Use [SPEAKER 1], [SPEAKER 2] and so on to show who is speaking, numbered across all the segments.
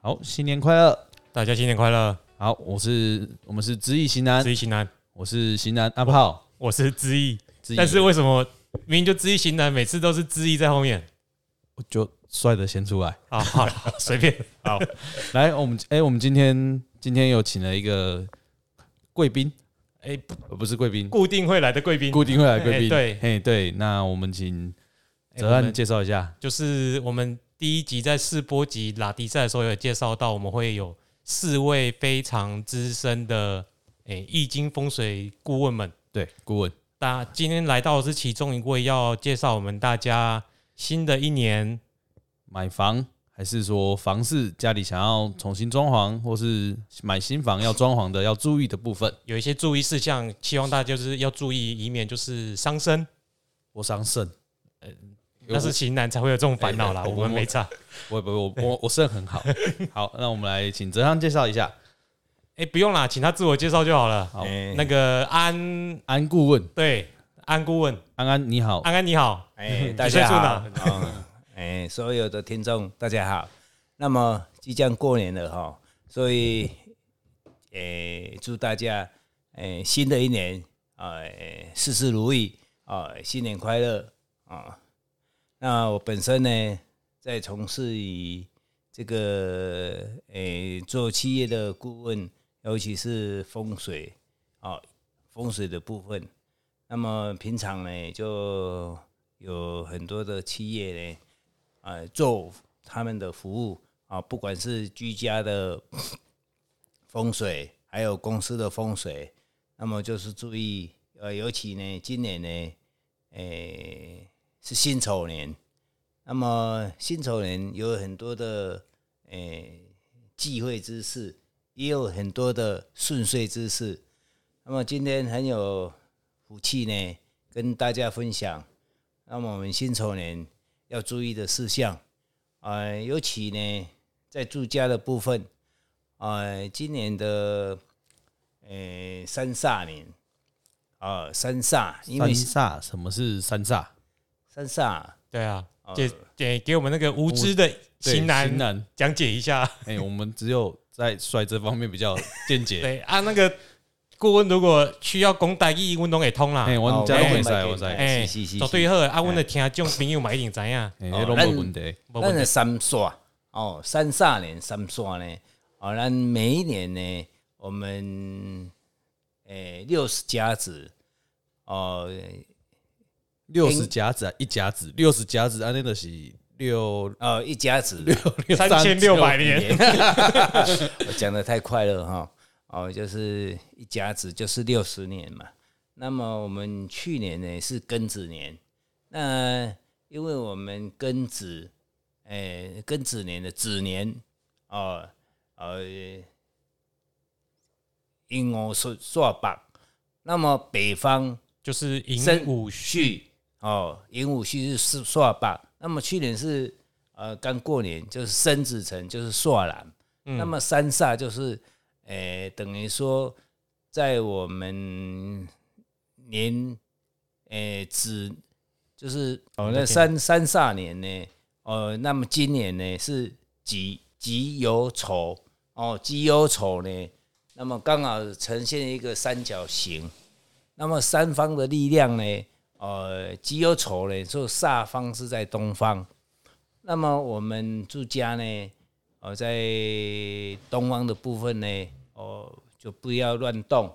[SPEAKER 1] 好，新年快乐！
[SPEAKER 2] 大家新年快乐！
[SPEAKER 1] 好，我是我们是知易行难
[SPEAKER 2] 知，易行难，
[SPEAKER 1] 我是行难阿炮，
[SPEAKER 2] 我是知易，
[SPEAKER 1] 知易
[SPEAKER 2] 但是为什么明明就知易行难，每次都是知易在后面？
[SPEAKER 1] 我就帅的先出来。
[SPEAKER 2] 啊，好了， 随便，好，
[SPEAKER 1] 来，我们哎、我们今天今天有请了一个贵宾，
[SPEAKER 2] 哎、
[SPEAKER 1] 呃，不是贵宾，
[SPEAKER 2] 固定会来的贵宾
[SPEAKER 1] 固定会来贵宾。
[SPEAKER 2] 哎对
[SPEAKER 1] 嘿对，那我们请
[SPEAKER 2] 哎
[SPEAKER 1] 泽
[SPEAKER 2] 我
[SPEAKER 1] 安
[SPEAKER 2] 们
[SPEAKER 1] 介绍一下。
[SPEAKER 2] 就是我们第一集在试播集拉迪赛的时候有介绍到，我们会有四位非常资深的诶易经风水顾问们。
[SPEAKER 1] 对，顾问，
[SPEAKER 2] 大今天来到的是其中一位，要介绍我们大家新的一年
[SPEAKER 1] 买房还是说房市家里想要重新装潢，或是买新房要装潢的要注意的部分，
[SPEAKER 2] 有一些注意事项，希望大家就是要注意，以免就是伤身。
[SPEAKER 1] 我伤肾。
[SPEAKER 2] 那是型男才会有这种烦恼啦，
[SPEAKER 1] 哎哎
[SPEAKER 2] 我们没差。
[SPEAKER 1] 我不我我我肾很好。 好，那我们来请泽安介绍一下
[SPEAKER 2] 哎，不用啦，请他自我介绍就好了。
[SPEAKER 1] 好
[SPEAKER 3] 哎
[SPEAKER 2] 那个安，
[SPEAKER 1] 安顾问。
[SPEAKER 2] 对，安顾问，
[SPEAKER 1] 安安你好，
[SPEAKER 2] 安安你好，
[SPEAKER 3] 哎，
[SPEAKER 2] 你
[SPEAKER 3] 大
[SPEAKER 2] 睡
[SPEAKER 3] 家
[SPEAKER 2] 住
[SPEAKER 3] 好
[SPEAKER 2] 哪？，
[SPEAKER 3] 嗯 哎，所有的听众大家好。那么即将过年了哈，所以，哎，祝大家，哎，新的一年，哎，事事如意啊，新年快乐啊！那我本身呢，在从事于这个，哎，做企业的顾问，尤其是风水啊，风水的部分。那么平常呢，就有很多的企业呢，呃，做他们的服务啊，不管是居家的 风水，还有公司的风水，那么就是注意，呃，尤其呢，今年呢，诶、是辛丑年，那么辛丑年有很多的诶、忌讳之事，也有很多的顺遂之事。那么今天很有福气呢，跟大家分享。那么我们辛丑年要注意的事项，呃，尤其呢，在住家的部分，呃，今年的呃三煞年，呃三煞，因
[SPEAKER 1] 三
[SPEAKER 3] 为
[SPEAKER 1] 煞，什么是三煞？
[SPEAKER 3] 三煞
[SPEAKER 2] 对啊，给给给我们那个无知的
[SPEAKER 1] 对
[SPEAKER 2] 型
[SPEAKER 1] 型
[SPEAKER 2] 男
[SPEAKER 1] 男，
[SPEAKER 2] 讲解一下。
[SPEAKER 1] 哎、我们只有在帅这方面比较见解。
[SPEAKER 2] 对啊，那个顾问如果需要讲代意，阮拢会通啦
[SPEAKER 1] 哎、。我
[SPEAKER 3] 哦
[SPEAKER 1] 们家都
[SPEAKER 2] 我
[SPEAKER 1] 会
[SPEAKER 2] 明
[SPEAKER 1] 晒，
[SPEAKER 3] 白
[SPEAKER 1] 我晒，
[SPEAKER 3] 明白
[SPEAKER 1] 哎，
[SPEAKER 2] 哎，
[SPEAKER 3] 是是是
[SPEAKER 2] 绝对好的。啊，阮的听众朋友嘛一定知影。
[SPEAKER 1] 那拢
[SPEAKER 3] 咱
[SPEAKER 1] 无问题。
[SPEAKER 2] 没
[SPEAKER 3] 咱
[SPEAKER 2] 问
[SPEAKER 3] 的
[SPEAKER 2] 题
[SPEAKER 3] 三煞哦，三煞年三煞呢，哦，咱每一年呢，我们诶六十甲子哦，
[SPEAKER 1] 六十甲子啊，一甲子，六十甲子，安啊那的是六
[SPEAKER 3] 呃一甲子，我
[SPEAKER 1] 六
[SPEAKER 2] 三千六百年，
[SPEAKER 3] 讲的太快了哈，哦，就是一甲子就是六十年嘛。那么我们去年呢是庚子年，那因为我们庚子，诶、庚子年的子年，哦，呃，因我说说吧，那么北方
[SPEAKER 2] 就是
[SPEAKER 3] 申
[SPEAKER 2] 寅午戌，
[SPEAKER 3] 戌哦，寅午戌是是朔吧？那么去年是呃刚过年，就是申子辰，就是朔然。那么三煞就是，呃，等于说在我们年，呃，子就是哦，那三三煞年呢，呃，那么今年呢是己己酉丑哦，己酉丑呢，那么刚好呈现一个三角形。那么三方的力量呢，呃，己酉丑呢，就煞方是在东方。那么我们住家呢，呃，在东方的部分呢，哦、就不要乱动，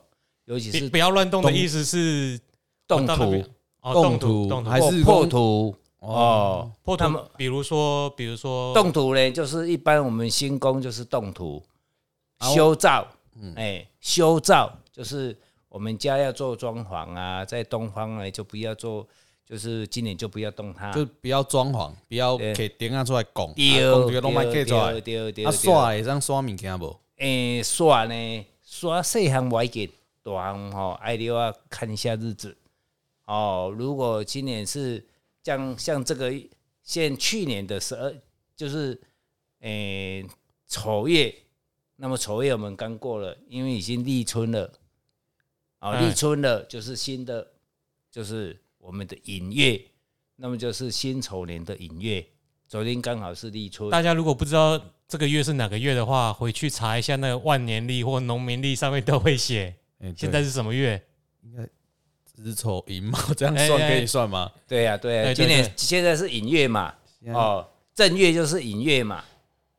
[SPEAKER 3] 尤其
[SPEAKER 2] 别
[SPEAKER 3] 是
[SPEAKER 2] 不要乱动的意思是
[SPEAKER 3] 动
[SPEAKER 2] 到那边
[SPEAKER 3] 土
[SPEAKER 2] 哦，
[SPEAKER 1] 动
[SPEAKER 2] 动土
[SPEAKER 1] 土
[SPEAKER 2] 动土
[SPEAKER 1] 还是
[SPEAKER 3] 破
[SPEAKER 1] 公
[SPEAKER 3] 土哦。
[SPEAKER 2] 破
[SPEAKER 3] 那
[SPEAKER 2] 土
[SPEAKER 3] 么，
[SPEAKER 2] 比如说比如说
[SPEAKER 3] 动土呢，就是一般我们新工就是动土，
[SPEAKER 1] 啊我
[SPEAKER 3] 修造，哎，修造就是我们家要做装潢啊，在东方呢就不要做，就是今年就不要动它。
[SPEAKER 1] 就不要装潢，不要
[SPEAKER 3] 对
[SPEAKER 1] 给顶啊出来拱，
[SPEAKER 3] 丢
[SPEAKER 1] 拱这个拢卖给出来
[SPEAKER 3] 对。对对，
[SPEAKER 1] 啊，刷会当刷物件无？
[SPEAKER 3] 诶，刷呃呢，刷细项我给大项吼，爱你要啊看一下日子哦。如果今年是像像这个现去年的十二，就是诶丑月，那么丑月我们刚过了，因为已经立春了，啊、
[SPEAKER 2] 哎
[SPEAKER 3] 立春了就是新的，就是我们的寅月，那么就是辛丑年的寅月。昨天刚好是立春，
[SPEAKER 2] 大家如果不知道这个月是哪个月的话，回去查一下那个万年历或农民历上面都会写
[SPEAKER 1] 哎，
[SPEAKER 2] 现
[SPEAKER 1] 对
[SPEAKER 2] 在是什么月。
[SPEAKER 1] 子丑寅卯 这样算
[SPEAKER 2] 哎哎
[SPEAKER 1] 可以算吗？
[SPEAKER 3] 对呀、哎对呀、
[SPEAKER 2] 对对
[SPEAKER 3] 今
[SPEAKER 2] 对
[SPEAKER 3] 年现在是寅月嘛，哦，正月就是寅月嘛，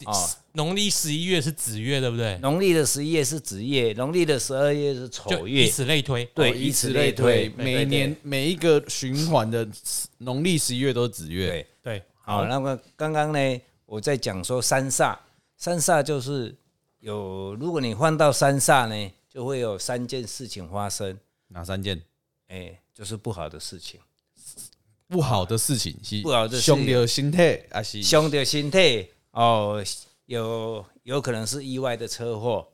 [SPEAKER 3] 哦，
[SPEAKER 2] 农历十一月是子月，对不对？
[SPEAKER 3] 农历的十一月是子月，农历的十二月是丑
[SPEAKER 2] 就以
[SPEAKER 3] 月，
[SPEAKER 2] 此类推。
[SPEAKER 3] 对，
[SPEAKER 1] 哦
[SPEAKER 3] 以此类推，对
[SPEAKER 1] 每一年每一个循环的农历十一月都是子
[SPEAKER 3] 对
[SPEAKER 1] 月，
[SPEAKER 3] 对。
[SPEAKER 2] 对，
[SPEAKER 3] 好，那么刚刚呢，我在讲说三煞，三煞就是有，如果你换到三煞呢，就会有三件事情发生，
[SPEAKER 1] 哪三件
[SPEAKER 3] 哎、就是不好的事情，
[SPEAKER 1] 不好的事情是
[SPEAKER 3] 不好的事情
[SPEAKER 1] 兄弟心态还是
[SPEAKER 3] 伤着身体哦，有有可能是意外的车祸，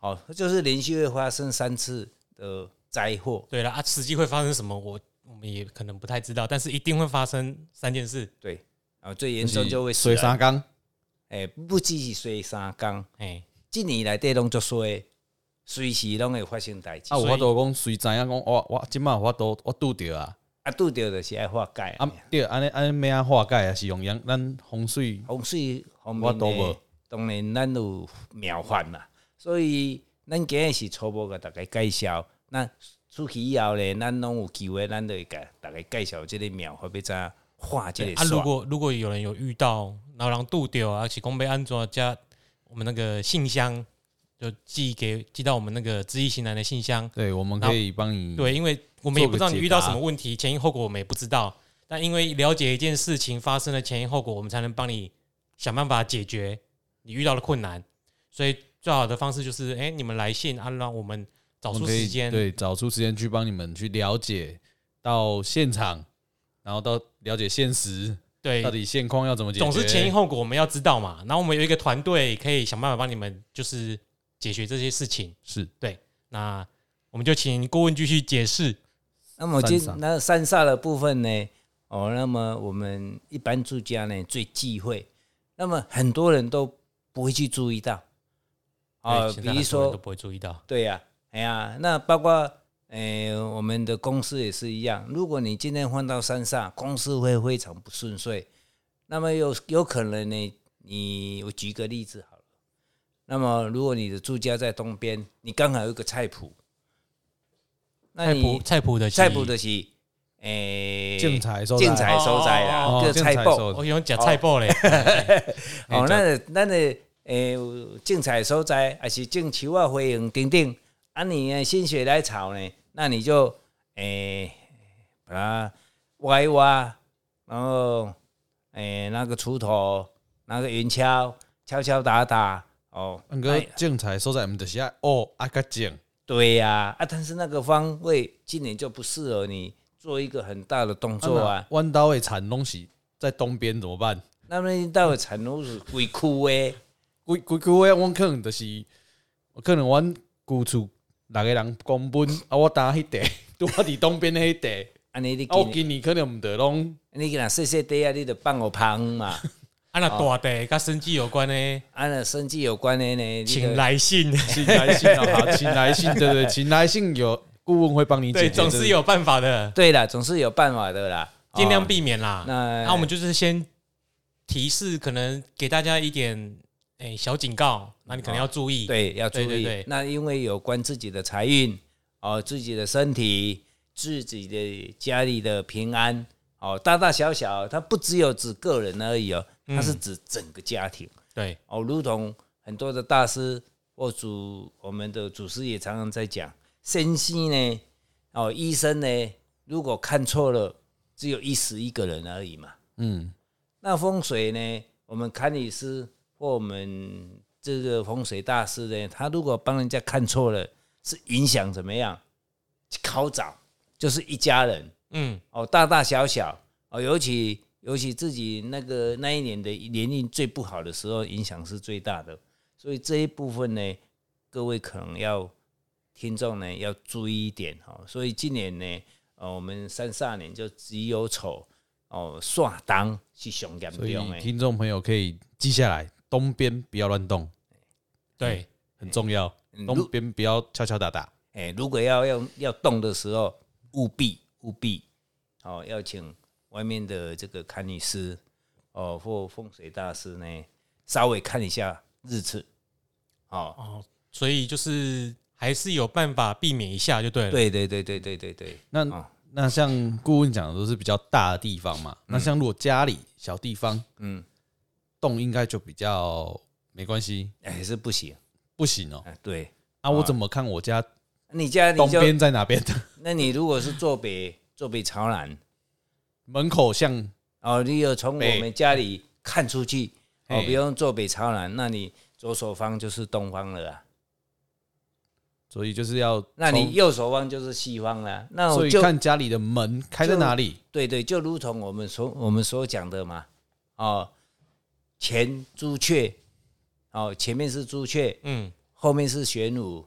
[SPEAKER 3] 哦，就是连续会发生三次的灾祸，
[SPEAKER 2] 对了啊，实际会发生什么，我我们也可能不太知道，但是一定会发生三件事。
[SPEAKER 3] 对，啊、最严重就会死
[SPEAKER 1] 水
[SPEAKER 3] 人
[SPEAKER 1] 沙缸
[SPEAKER 3] 诶、不只是衰三工，
[SPEAKER 2] 哎，
[SPEAKER 3] 一年内底拢足衰，随时拢会发生代志
[SPEAKER 1] 啊，。有
[SPEAKER 2] 所以
[SPEAKER 1] 法度讲谁知影讲哦我我即满我都我拄着啊
[SPEAKER 3] 啊，拄着就是爱化解。
[SPEAKER 1] 啊对安尼安尼要安化解啊也是用阳咱风水
[SPEAKER 3] 风水
[SPEAKER 1] 我
[SPEAKER 3] 方面
[SPEAKER 1] 都
[SPEAKER 3] 呢
[SPEAKER 1] 无，
[SPEAKER 3] 当然咱有妙法啦，所以咱今日是初步甲大家介绍。那出去以后呢，咱拢有机会，咱就会甲大家介绍即个妙法要怎化即个
[SPEAKER 2] 啊，如
[SPEAKER 3] 煞。
[SPEAKER 2] 果如果有人有遇到，然后人渡丢啊，是公被安装加我们那个信箱，就寄给寄到我们那个知易行难的信箱。
[SPEAKER 1] 对我们可以帮你
[SPEAKER 2] 对，因为我们也
[SPEAKER 1] 嗯做个
[SPEAKER 2] 不知道你
[SPEAKER 1] 解
[SPEAKER 2] 遇到
[SPEAKER 1] 答
[SPEAKER 2] 什么问题，前因后果我们也不知道。但因为了解一件事情发生的前因后果，我们才能帮你想办法解决你遇到的困难。所以最好的方式就是，哎、你们来信啊，让我们找
[SPEAKER 1] 我们
[SPEAKER 2] 出
[SPEAKER 1] 可以
[SPEAKER 2] 时间。
[SPEAKER 1] 对找出时间去帮你们去了解到现场，然后到了解现实
[SPEAKER 2] 对，
[SPEAKER 1] 到底现况要怎么解决，
[SPEAKER 2] 总是前因后果我们要知道嘛。然后我们有一个团队可以想办法帮你们，就是解决这些事情。
[SPEAKER 1] 是
[SPEAKER 2] 那我们就请顾问继续解释。
[SPEAKER 3] 那么今
[SPEAKER 1] 三煞
[SPEAKER 3] 那三煞的部分呢？哦，那么我们一般住家呢最忌讳，那么很多人都不会去注意到。啊、
[SPEAKER 2] 对现在
[SPEAKER 3] 比
[SPEAKER 2] 很多
[SPEAKER 3] 如
[SPEAKER 2] 人
[SPEAKER 3] 说
[SPEAKER 2] 都不会注意到，
[SPEAKER 3] 对呀、哎呀，那包括诶、呃我们的公司也是一样。如果你今天换到山上，公司会非常不顺遂。那么有有可能呢，你我举个例子好了。那么如果你的住家在东边，你刚好有一个菜谱，那
[SPEAKER 2] 菜
[SPEAKER 3] 你
[SPEAKER 2] 谱菜谱的
[SPEAKER 3] 菜谱的是哎诶
[SPEAKER 1] 建材收
[SPEAKER 3] 建材
[SPEAKER 1] 来
[SPEAKER 3] 收摘
[SPEAKER 2] 哦哦
[SPEAKER 3] 啦，
[SPEAKER 1] 哦
[SPEAKER 3] 叫
[SPEAKER 1] 建
[SPEAKER 3] 菜
[SPEAKER 1] 材
[SPEAKER 3] 脯。
[SPEAKER 1] 收
[SPEAKER 2] 我用假菜包嘞，
[SPEAKER 3] 哦，咱的咱的诶，种菜所在，还是种树啊、花园等等，啊，你的心血来潮呢，那你就诶、把它挖一挖，然后诶、拿个锄头，拿个圆锹，敲敲打打，哦，
[SPEAKER 1] 嗯哥
[SPEAKER 2] 哎
[SPEAKER 1] 建材收在我们的下哦啊个建
[SPEAKER 3] 对呀、啊，但是那个方位今年就不适合你做一个很大的动作啊，
[SPEAKER 1] 弯刀的铲东西在东边怎么办？
[SPEAKER 3] 那么你到底产都是鬼哭诶。
[SPEAKER 1] 规规矩话，我可能就是，我可能阮旧厝六个人公分啊，我搭 迄块，拄我伫东边迄块，
[SPEAKER 3] 安尼你
[SPEAKER 1] 啊，我今
[SPEAKER 3] 今年
[SPEAKER 1] 年可能毋得拢，
[SPEAKER 3] 你给他细细地啊，你就放我旁嘛。
[SPEAKER 2] 啊那大的跟生计有关呢，
[SPEAKER 3] 啊，那生计有关的呢，你就
[SPEAKER 2] 请来信。
[SPEAKER 1] 请来信 啊，请来信，对对，请来信有顾问会帮你解
[SPEAKER 2] 对，
[SPEAKER 1] 决，
[SPEAKER 2] 总是有办法的，
[SPEAKER 3] 对啦，总是有办法的啦，
[SPEAKER 2] 尽量
[SPEAKER 3] 哦
[SPEAKER 2] 避免啦。啊
[SPEAKER 3] 那
[SPEAKER 2] 那我们就是先提示，可能给大家一点诶小警告，那你可能要注意。
[SPEAKER 3] 哦对要注
[SPEAKER 2] 对对
[SPEAKER 3] 意
[SPEAKER 2] 对。
[SPEAKER 3] 那因为有关自己的财运哦，自己的身体，自己的家里的平安哦，大大小小，它不只有指个人而已哦，
[SPEAKER 2] 嗯
[SPEAKER 3] 它是指整个家庭。
[SPEAKER 2] 对
[SPEAKER 3] 哦，如同很多的大师或祖，我们的祖师也常常在讲，先生呢，哦，医生呢，如果看错了，只有一死一个人而已嘛。
[SPEAKER 1] 嗯，
[SPEAKER 3] 那风水呢，我们看理师或我们这个风水大师呢，他如果帮人家看错了，是影响怎么样？考早就是一家人
[SPEAKER 2] 嗯，
[SPEAKER 3] 哦，大大小小哦，尤其尤其自己那个那一年的年运最不好的时候，影响是最大的。所以这一部分呢，各位可能要听众呢要注意一点哦。所以今年呢，呃，我们三煞年就只有丑哦煞当是上严
[SPEAKER 1] 所以
[SPEAKER 3] 重的。
[SPEAKER 1] 听众朋友可以记下来，东边不要乱动，
[SPEAKER 2] 对，
[SPEAKER 1] 很重要，
[SPEAKER 3] 嗯
[SPEAKER 1] 东边不要敲敲打打，
[SPEAKER 3] 哎、如果要要要动的时候，务必务必哦，要请外面的这个看医师哦或风水大师呢，稍微看一下日次，哦，
[SPEAKER 2] 哦，所以就是还是有办法避免一下就对了。，
[SPEAKER 3] 对对对对对对对，
[SPEAKER 1] 那
[SPEAKER 3] 哦
[SPEAKER 1] 那像顾问讲的都是比较大的地方嘛，那像如果家里小地方
[SPEAKER 3] 嗯，
[SPEAKER 1] 动应该就比较没关系，
[SPEAKER 3] 还哎是不行，
[SPEAKER 1] 不行哦、
[SPEAKER 3] 啊，啊对，
[SPEAKER 1] 啊，我怎么看我家
[SPEAKER 3] 你家
[SPEAKER 1] 东
[SPEAKER 3] 你就，
[SPEAKER 1] 边在哪边？
[SPEAKER 3] 那你如果是坐北坐北朝南，
[SPEAKER 1] 门口向
[SPEAKER 3] 哦，你有从我
[SPEAKER 1] 北
[SPEAKER 3] 们家里看出去，哦，
[SPEAKER 1] 嘿
[SPEAKER 3] 不用坐北朝南，那你左手方就是东方了啊，
[SPEAKER 1] 所以就是要从，
[SPEAKER 3] 那你右手方就是西方了啊，那
[SPEAKER 1] 所
[SPEAKER 3] 我
[SPEAKER 1] 以
[SPEAKER 3] 就
[SPEAKER 1] 看家里的门开在哪里，
[SPEAKER 3] 对对，就如同我们所我们所讲的嘛，哦，前朱雀，哦，前面是朱雀，
[SPEAKER 2] 嗯，
[SPEAKER 3] 后面是玄武，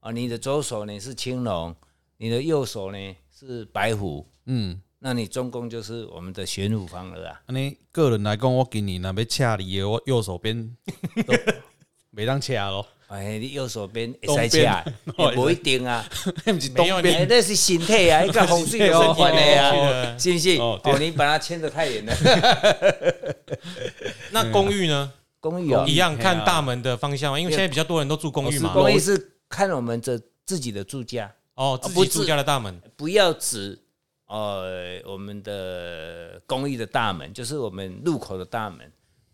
[SPEAKER 3] 哦，你的左手呢是青龙，你的右手呢是白虎，
[SPEAKER 1] 嗯，
[SPEAKER 3] 那你中宫就是我们的玄武方了啊。
[SPEAKER 1] 那个人来讲，我今年若要掐你的，我右手边 都没当掐咯，
[SPEAKER 3] 哎，你右手边
[SPEAKER 1] 东
[SPEAKER 3] 会
[SPEAKER 1] 边
[SPEAKER 3] 使啊，也不一定啊，
[SPEAKER 1] 不是
[SPEAKER 2] 没有
[SPEAKER 1] 东
[SPEAKER 2] 你
[SPEAKER 1] 边
[SPEAKER 3] 哎，那是身体啊，一个风水有关的
[SPEAKER 2] 身体有
[SPEAKER 3] 啊，
[SPEAKER 1] 哦
[SPEAKER 2] 关
[SPEAKER 3] 是不是？哦，
[SPEAKER 1] 对
[SPEAKER 3] 你把它牵得太远了。
[SPEAKER 2] 那公寓呢？
[SPEAKER 3] 公寓哦
[SPEAKER 2] 一，样
[SPEAKER 1] 嘿啊
[SPEAKER 2] 看大门的方向嘛，因为现在比较多人都住公寓嘛。
[SPEAKER 3] 公寓啊哦是看我们这自己的住家，
[SPEAKER 2] 哦，自己住家的大门。
[SPEAKER 3] 不要指呃我们的公寓的大门，就是我们入口的大门。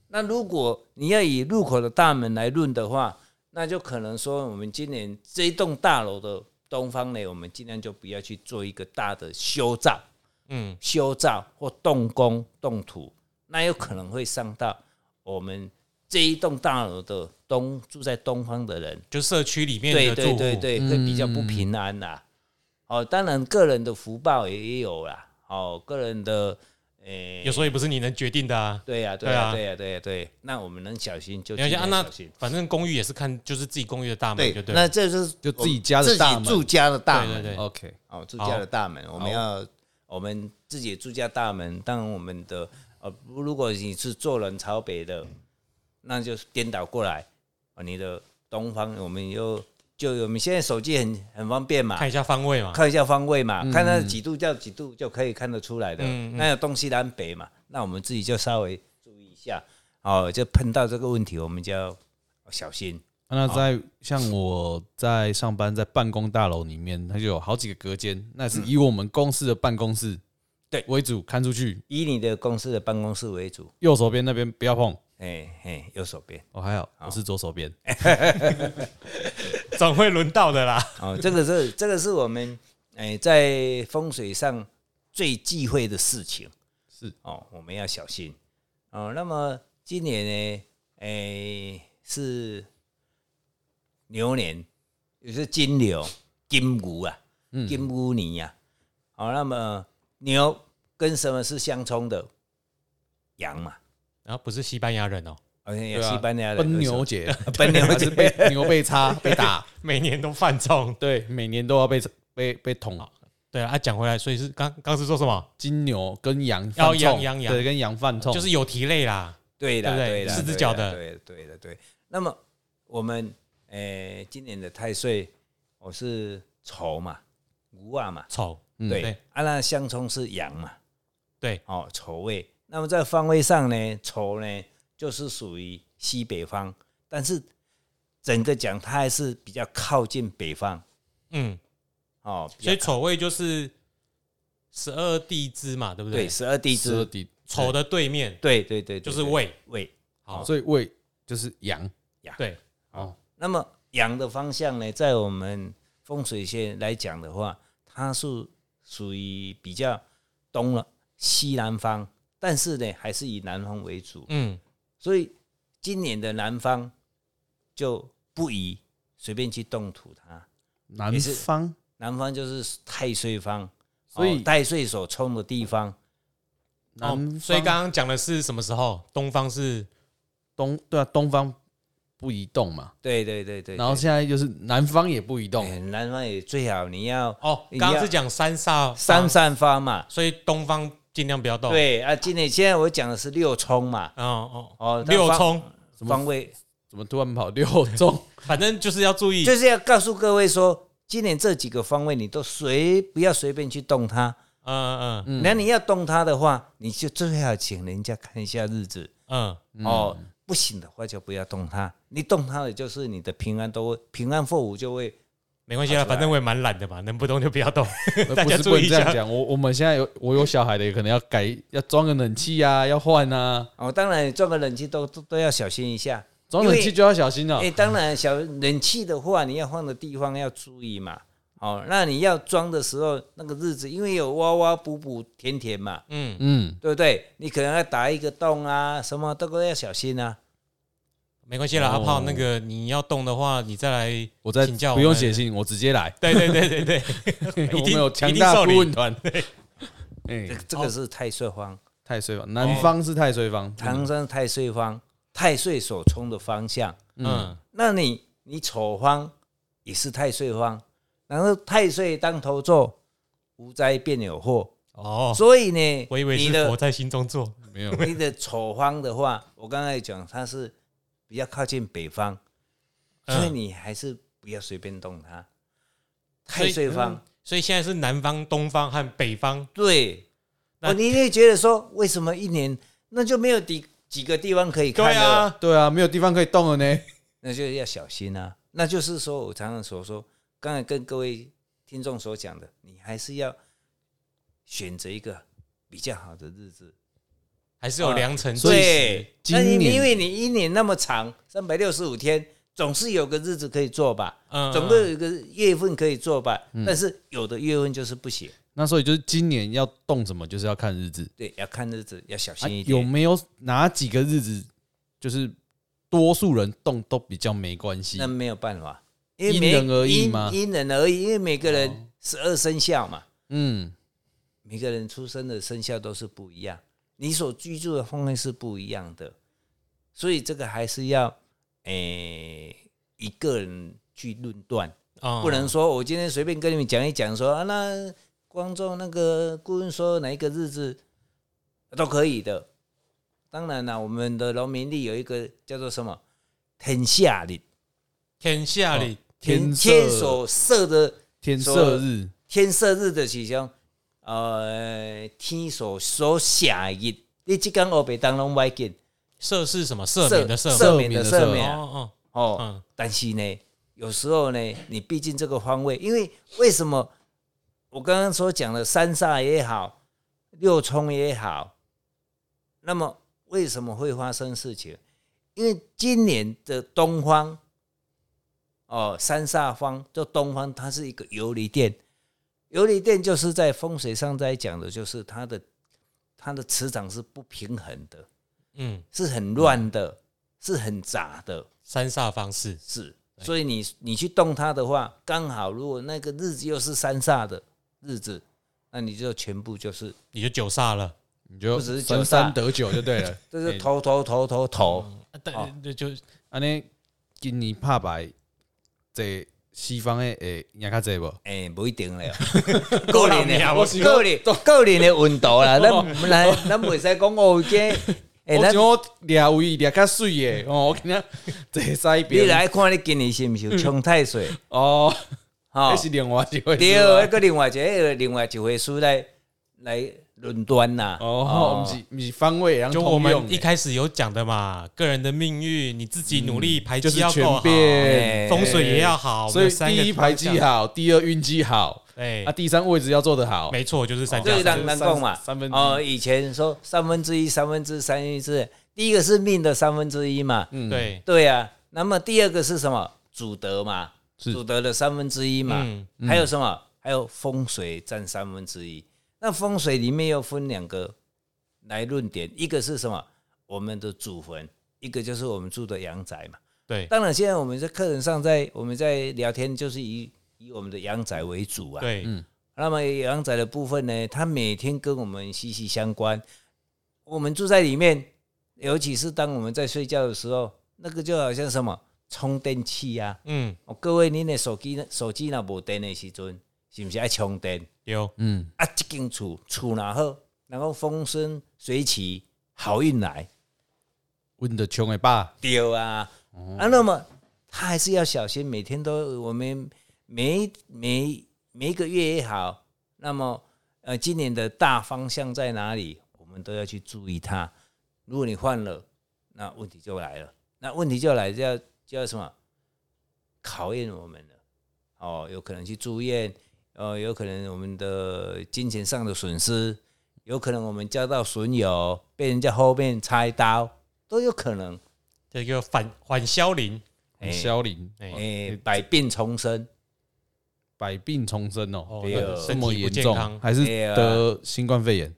[SPEAKER 3] 那如果你要以入口的大门来论的话，那就可能说我们今年这一栋大楼的东方呢，我们尽量就不要去做一个大的修造、
[SPEAKER 2] 嗯，
[SPEAKER 3] 修造或动工、动土，那有可能会伤到我们这一栋大楼的东住在东方的人。
[SPEAKER 2] 就社区里面
[SPEAKER 3] 对
[SPEAKER 2] 的住
[SPEAKER 3] 对
[SPEAKER 2] 户。
[SPEAKER 3] 对对，会比较
[SPEAKER 1] 嗯
[SPEAKER 3] 不平安啦。哦，当然个人的福报也也有啦。哦，个人的，诶、
[SPEAKER 2] 有时候也不是你能决定的啊。
[SPEAKER 3] 对呀、对
[SPEAKER 2] 对
[SPEAKER 3] 呀、
[SPEAKER 2] 啊
[SPEAKER 3] 对呀、对呀、对、那我们能小心就
[SPEAKER 2] 你要
[SPEAKER 3] 尽
[SPEAKER 2] 想啊，
[SPEAKER 3] 量
[SPEAKER 2] 那
[SPEAKER 3] 小心。
[SPEAKER 2] 反正公寓也是看就是自己公寓的大门，就对了。
[SPEAKER 3] 那这就是
[SPEAKER 1] 就
[SPEAKER 3] 我
[SPEAKER 1] 自己家的大门
[SPEAKER 3] 自己住家的大
[SPEAKER 2] 对
[SPEAKER 3] 门，
[SPEAKER 2] 对对，
[SPEAKER 1] ，OK，
[SPEAKER 3] 哦，住家的大门，我们要我们自己的住家大门。当然，我们的呃，如如果你是坐人朝北的，那就是颠倒过来，哦，你的东方，我们又就我们现在手机很很方便嘛，
[SPEAKER 2] 看一下方位嘛。
[SPEAKER 3] 看一下方位嘛，看它几度叫几度就可以看得出来的。
[SPEAKER 2] 嗯嗯
[SPEAKER 3] 那有东西南北嘛，那我们自己就稍微注意一下。哦，就碰到这个问题，我们就要小心。
[SPEAKER 1] 那在像我在上班，在办公大楼里面，它就有好几个隔间，那是以我们公司的办公室
[SPEAKER 3] 对
[SPEAKER 1] 为主，看出去，
[SPEAKER 3] 以你的公司的办公室为主，
[SPEAKER 1] 右手边那边不要碰。
[SPEAKER 3] 哎哎，右手边
[SPEAKER 1] 哦，还好，我是左手边。
[SPEAKER 2] 总会轮到的啦。
[SPEAKER 3] 哦，这个是这个是我们哎在风水上最忌讳的事情。
[SPEAKER 1] 是
[SPEAKER 3] 哦，我们要小心。哦，那么今年呢，哎是牛年，也是金牛、金牛啊，
[SPEAKER 1] 嗯
[SPEAKER 3] 金牛年呀、啊。好、那么牛跟什么是相冲的？羊嘛，
[SPEAKER 2] 然后不是西班牙人哦，
[SPEAKER 3] 好像有
[SPEAKER 1] 对啊
[SPEAKER 3] 西班牙人
[SPEAKER 1] 奔
[SPEAKER 3] 为什么
[SPEAKER 1] 牛节，
[SPEAKER 3] 奔牛
[SPEAKER 1] 还
[SPEAKER 3] 节
[SPEAKER 1] 是被牛被插被打，
[SPEAKER 2] 每年都犯冲。
[SPEAKER 1] 对，每年都要被被被捅。
[SPEAKER 2] 对啊，啊讲回来，所以是刚刚是说什么？
[SPEAKER 1] 金牛跟羊
[SPEAKER 2] 要
[SPEAKER 1] 犯冲
[SPEAKER 2] 羊羊羊
[SPEAKER 1] 对，跟羊犯冲，
[SPEAKER 2] 就是有蹄类啦。
[SPEAKER 3] 对的，
[SPEAKER 2] 对不对
[SPEAKER 3] 对的，
[SPEAKER 2] 四只
[SPEAKER 3] 对
[SPEAKER 2] 脚
[SPEAKER 3] 啦
[SPEAKER 2] 的
[SPEAKER 3] 对对的，对。那么我们诶、呃今年的太岁，我是丑嘛，午啊嘛，
[SPEAKER 2] 丑，
[SPEAKER 1] 嗯
[SPEAKER 3] 对，
[SPEAKER 2] 对
[SPEAKER 3] 啊，那相冲是阳嘛，
[SPEAKER 2] 对，
[SPEAKER 3] 哦，丑位。那么在方位上呢，丑呢就是属于西北方，但是整个讲它还是比较靠近北方
[SPEAKER 2] 嗯，
[SPEAKER 3] 哦，比较
[SPEAKER 2] 所以丑位就是十二地支嘛，对不
[SPEAKER 3] 对
[SPEAKER 2] 对？
[SPEAKER 3] 十二地
[SPEAKER 1] 十二
[SPEAKER 3] 支，
[SPEAKER 1] 地，
[SPEAKER 2] 丑的对面
[SPEAKER 3] 对对对，对
[SPEAKER 2] 就是
[SPEAKER 3] 对
[SPEAKER 2] 位。
[SPEAKER 3] 位。
[SPEAKER 2] 好，
[SPEAKER 1] 所以胃就是羊。
[SPEAKER 2] 对，
[SPEAKER 1] 哦，
[SPEAKER 3] 那么阳的方向呢，在我们风水学来讲的话，它是属于比较东了西南方，但是呢，还是以南方为主。
[SPEAKER 2] 嗯，
[SPEAKER 3] 所以今年的南方就不宜随便去动土它。
[SPEAKER 1] 南
[SPEAKER 3] 也是
[SPEAKER 1] 方
[SPEAKER 3] 南方就是太岁方，
[SPEAKER 1] 所以
[SPEAKER 3] 哦太岁所冲的地方，
[SPEAKER 1] 南
[SPEAKER 2] 哦
[SPEAKER 1] 方，
[SPEAKER 2] 所以刚刚讲的是什么时候？东方是
[SPEAKER 1] 东对啊，东方不移动嘛，
[SPEAKER 3] 对对对对。
[SPEAKER 1] 然后
[SPEAKER 3] 对
[SPEAKER 1] 现在就是南方也不移动，
[SPEAKER 3] 哎南方也最好你要
[SPEAKER 2] 哦，
[SPEAKER 3] 你
[SPEAKER 2] 刚刚
[SPEAKER 3] 要
[SPEAKER 2] 是讲三煞，
[SPEAKER 3] 三，散发嘛。
[SPEAKER 2] 所以东方尽量不要动。，
[SPEAKER 3] 对啊，今年现在我讲的是六冲嘛，
[SPEAKER 2] 哦哦，
[SPEAKER 3] 哦，那
[SPEAKER 2] 六
[SPEAKER 3] 方
[SPEAKER 2] 冲，
[SPEAKER 1] 什么
[SPEAKER 3] 方位
[SPEAKER 1] 怎么突然跑六中？
[SPEAKER 2] 反正就是要注意
[SPEAKER 3] 就是要告诉各位说，今年这几个方位你都随不要随便去动它
[SPEAKER 2] 嗯嗯
[SPEAKER 3] 那你要动它的话，你就最好请人家看一下日子
[SPEAKER 2] 嗯
[SPEAKER 3] 哦。不行的话就不要动它，你动它的就是你的平安都会平安祸福就会
[SPEAKER 2] 没关系啦，反正我也蛮懒的嘛，能不动就不要 动。
[SPEAKER 1] 呃
[SPEAKER 2] 大
[SPEAKER 1] 不
[SPEAKER 2] 家
[SPEAKER 1] 是
[SPEAKER 2] 注
[SPEAKER 1] 不
[SPEAKER 2] 意
[SPEAKER 1] 能
[SPEAKER 2] 一
[SPEAKER 1] 这样
[SPEAKER 2] 下，
[SPEAKER 1] 讲，我我们现在有我有小孩的，也可能要改，要装个冷气啊，要换啊，
[SPEAKER 3] 哦。当然装个冷气都都都要小心一下，
[SPEAKER 1] 装冷气就要小心了
[SPEAKER 3] 哎、。当然，小冷气的话，你要放的地方要注意嘛。哦，那你要装的时候，那个日子因为有挖挖补补填填嘛，
[SPEAKER 2] 嗯，
[SPEAKER 1] 嗯，
[SPEAKER 3] 对不对？你可能要打一个洞啊，什么都要小心啊。
[SPEAKER 2] 没关系啦，阿
[SPEAKER 1] 哦
[SPEAKER 2] 炮，那个你要动的话，你再来。
[SPEAKER 1] 我再
[SPEAKER 2] 请教我
[SPEAKER 1] 不用
[SPEAKER 2] 们
[SPEAKER 1] 写信，我直接 来，
[SPEAKER 2] 对对对 对对，
[SPEAKER 1] 我们
[SPEAKER 2] 定
[SPEAKER 1] 有强
[SPEAKER 2] 一定
[SPEAKER 1] 大
[SPEAKER 2] 受
[SPEAKER 1] 顾
[SPEAKER 2] 理
[SPEAKER 1] 问团。 哎
[SPEAKER 2] 嗯
[SPEAKER 3] 这，这个是太岁
[SPEAKER 2] 哦
[SPEAKER 3] 方，
[SPEAKER 1] 太岁方，南方是太岁方，嗯
[SPEAKER 3] 唐山太岁方，太岁所冲的方向。
[SPEAKER 2] 嗯，
[SPEAKER 3] 那你你丑方也是太岁方，然后太岁当头坐，无灾便有祸。
[SPEAKER 2] 哦，
[SPEAKER 3] 所以呢，
[SPEAKER 2] 我以为
[SPEAKER 3] 你
[SPEAKER 2] 是
[SPEAKER 3] 的
[SPEAKER 2] 佛在心中坐。
[SPEAKER 1] 没有
[SPEAKER 3] 你的丑方的话，我刚才讲它是比较靠近北方，
[SPEAKER 2] 嗯
[SPEAKER 3] 所以你还是不要随便动它。
[SPEAKER 2] 所以
[SPEAKER 3] 太岁方，
[SPEAKER 2] 所以现在是南方、东方和北方。
[SPEAKER 3] 对，
[SPEAKER 2] 那
[SPEAKER 3] 哦，你也觉得说，为什么一年那就没有几几个地方可以看
[SPEAKER 2] 对
[SPEAKER 3] 了？
[SPEAKER 2] 啊，
[SPEAKER 1] 对啊，没有地方可以动了呢。
[SPEAKER 3] 那就要小心啊。那就是说我常常所说，刚才跟各位听众所讲的，你还是要选择一个比较好的日子。
[SPEAKER 2] 还是有良辰
[SPEAKER 3] 啊
[SPEAKER 2] 吉时。
[SPEAKER 3] 对，
[SPEAKER 1] 今
[SPEAKER 3] 那你
[SPEAKER 1] 年
[SPEAKER 3] 因为你一年那么长，三百六十五天，总是有个日子可以做吧，
[SPEAKER 2] 嗯，
[SPEAKER 3] 总共有一个月份可以做吧。但是有的月份就是不行，
[SPEAKER 1] 那所以就是今年要动什么，就是要看日子，
[SPEAKER 3] 对，要看日子，要小
[SPEAKER 1] 啊
[SPEAKER 3] 心一
[SPEAKER 1] 有
[SPEAKER 3] 点。
[SPEAKER 1] 没有哪几个日子就是多数人动都比较没关系
[SPEAKER 3] 那。没有办法，因为
[SPEAKER 1] 因
[SPEAKER 3] 每
[SPEAKER 1] 人而异哦吗
[SPEAKER 3] 因因人而异，因为每个人十二生肖嘛，
[SPEAKER 1] 嗯，
[SPEAKER 3] 每个人出生的生肖都是不一样，你所居住的方位是不一样的，所以这个还是要诶、一个人去论断。
[SPEAKER 1] 哦
[SPEAKER 2] 嗯
[SPEAKER 3] 不能说我今天随便跟你们讲一讲说啊，那光州那个顾问说哪一个日子都可以的。当然啦，我们的农民历有一个叫做什么天下历，
[SPEAKER 2] 天下
[SPEAKER 3] 哦
[SPEAKER 2] 里
[SPEAKER 1] 天色
[SPEAKER 3] 天所设的
[SPEAKER 1] 哦天色日，
[SPEAKER 3] 天色日的是讲，呃，天所所写日，你即间黑白当拢歪见，
[SPEAKER 2] 色是什么？赦免的赦。
[SPEAKER 3] 赦免的赦
[SPEAKER 2] 哦
[SPEAKER 3] 免啊
[SPEAKER 2] 哦，
[SPEAKER 3] 哦。
[SPEAKER 2] 嗯
[SPEAKER 3] 但是呢，有时候呢，你毕竟这个方位，因为为什么我刚刚所讲的三煞也好，六冲也好，那么为什么会发生事情？因为今年的东方，哦，三煞方就东方，它是一个游离殿，游离殿就是在风水上在讲的，就是它的它的磁场是不平衡的，
[SPEAKER 2] 嗯，
[SPEAKER 3] 是很乱的，是很杂的。
[SPEAKER 2] 三煞方式。
[SPEAKER 3] 是，所以你你去动它的话，刚好如果那个日子又是三煞的日子，那你就全部就是
[SPEAKER 2] 你就九煞了，
[SPEAKER 1] 你就
[SPEAKER 3] 不只是
[SPEAKER 1] 三
[SPEAKER 3] 九煞
[SPEAKER 1] 三得九就对 了。
[SPEAKER 3] 这是头头头头哎头，
[SPEAKER 2] 啊
[SPEAKER 3] 哦
[SPEAKER 2] 但就就
[SPEAKER 1] 安尼啊今年拍牌，这西方的会赢较济无？
[SPEAKER 3] 哎、不一定了。个人
[SPEAKER 2] 人啊
[SPEAKER 3] 的，
[SPEAKER 2] 我
[SPEAKER 3] 我
[SPEAKER 2] 是
[SPEAKER 3] 个人个人的温度啦，咱咱咱袂使讲哦，这哎，
[SPEAKER 1] 我
[SPEAKER 3] 咱
[SPEAKER 1] 想我掠位掠较水 的哦，我今仔 坐西
[SPEAKER 3] 你
[SPEAKER 1] 边
[SPEAKER 3] 来看你今年是毋是有冲太岁？
[SPEAKER 1] 哦，
[SPEAKER 3] 吼
[SPEAKER 1] 那，是另外一回
[SPEAKER 3] 对，
[SPEAKER 1] 事啊
[SPEAKER 3] 那。个另外一个另外一回事来来论断啦。
[SPEAKER 1] 哦，毋是毋是方位，然后
[SPEAKER 2] 就我
[SPEAKER 1] 通
[SPEAKER 2] 们
[SPEAKER 1] 用欸
[SPEAKER 2] 一
[SPEAKER 1] 的，
[SPEAKER 2] 开始有讲的嘛，个人的命运你自己努力，排
[SPEAKER 1] 嗯就
[SPEAKER 2] 气
[SPEAKER 1] 是
[SPEAKER 2] 要够
[SPEAKER 1] 全
[SPEAKER 2] 好，
[SPEAKER 1] 变。
[SPEAKER 3] 哎
[SPEAKER 2] 风水也要好，
[SPEAKER 1] 所以
[SPEAKER 2] 我们有三个
[SPEAKER 1] 第一排
[SPEAKER 2] 方
[SPEAKER 1] 技
[SPEAKER 2] 向，
[SPEAKER 1] 好，第二运气好，
[SPEAKER 2] 哎
[SPEAKER 1] 啊，，第三位置要做得好。
[SPEAKER 2] 没错，就是三
[SPEAKER 3] 这
[SPEAKER 2] 加
[SPEAKER 3] 个
[SPEAKER 2] 三
[SPEAKER 3] 难
[SPEAKER 1] 人，
[SPEAKER 3] 难讲嘛，
[SPEAKER 1] 哦三三分之一
[SPEAKER 3] 哦，以前说三分之一、三分之三分之，第一个是命的三分之一嘛，
[SPEAKER 1] 嗯，
[SPEAKER 2] 对，
[SPEAKER 3] 对啊。那么第二个是什么？祖德嘛，
[SPEAKER 1] 是
[SPEAKER 3] 祖德的三分之一嘛，
[SPEAKER 2] 嗯
[SPEAKER 3] 还有什么？还有风水占三分之一。那风水里面又分两个来论点，一个是什么？我们的祖坟，一个就是我们住的阳宅嘛。
[SPEAKER 2] 对
[SPEAKER 3] 当然，现在我们在课程上在我们在聊天，就是以以我们的阳宅为主啊。
[SPEAKER 2] 对，
[SPEAKER 1] 嗯
[SPEAKER 3] 那么阳宅的部分呢，它每天跟我们息息相关。我们住在里面，尤其是当我们在睡觉的时候，那个就好像什么充电器呀、
[SPEAKER 2] 嗯，
[SPEAKER 3] 哦，各位，您的手机呢？手机若无电的时阵，是不是爱充电？
[SPEAKER 2] 有
[SPEAKER 1] 嗯，
[SPEAKER 3] 啊，一间厝厝然后然后风生水起，好运来，
[SPEAKER 1] 问的穷的吧，
[SPEAKER 3] 对啊。啊，那么他还是要小心，每天都我们每每每一个月也好，那么呃，今年的大方向在哪里，我们都要去注意它。如果你换了，那问题就来了，那问题就来就要就要什么考验我们了。哦，有可能去住院，呃，有可能我们的金钱上的损失，有可能我们交到损友，被人家后面插一刀，都有可能。
[SPEAKER 2] 这个反缓消林，
[SPEAKER 3] 哎、
[SPEAKER 1] 萧林，
[SPEAKER 2] 哎、
[SPEAKER 3] 哎、百病丛生，
[SPEAKER 1] 百病丛生哦，
[SPEAKER 2] 哦，
[SPEAKER 3] 对
[SPEAKER 2] 那
[SPEAKER 3] 哦
[SPEAKER 1] 这
[SPEAKER 2] 身
[SPEAKER 1] 么
[SPEAKER 2] 体不
[SPEAKER 1] 严
[SPEAKER 2] 健
[SPEAKER 1] 重，
[SPEAKER 2] 康，
[SPEAKER 1] 还是
[SPEAKER 3] 对啊
[SPEAKER 1] 得新冠肺炎，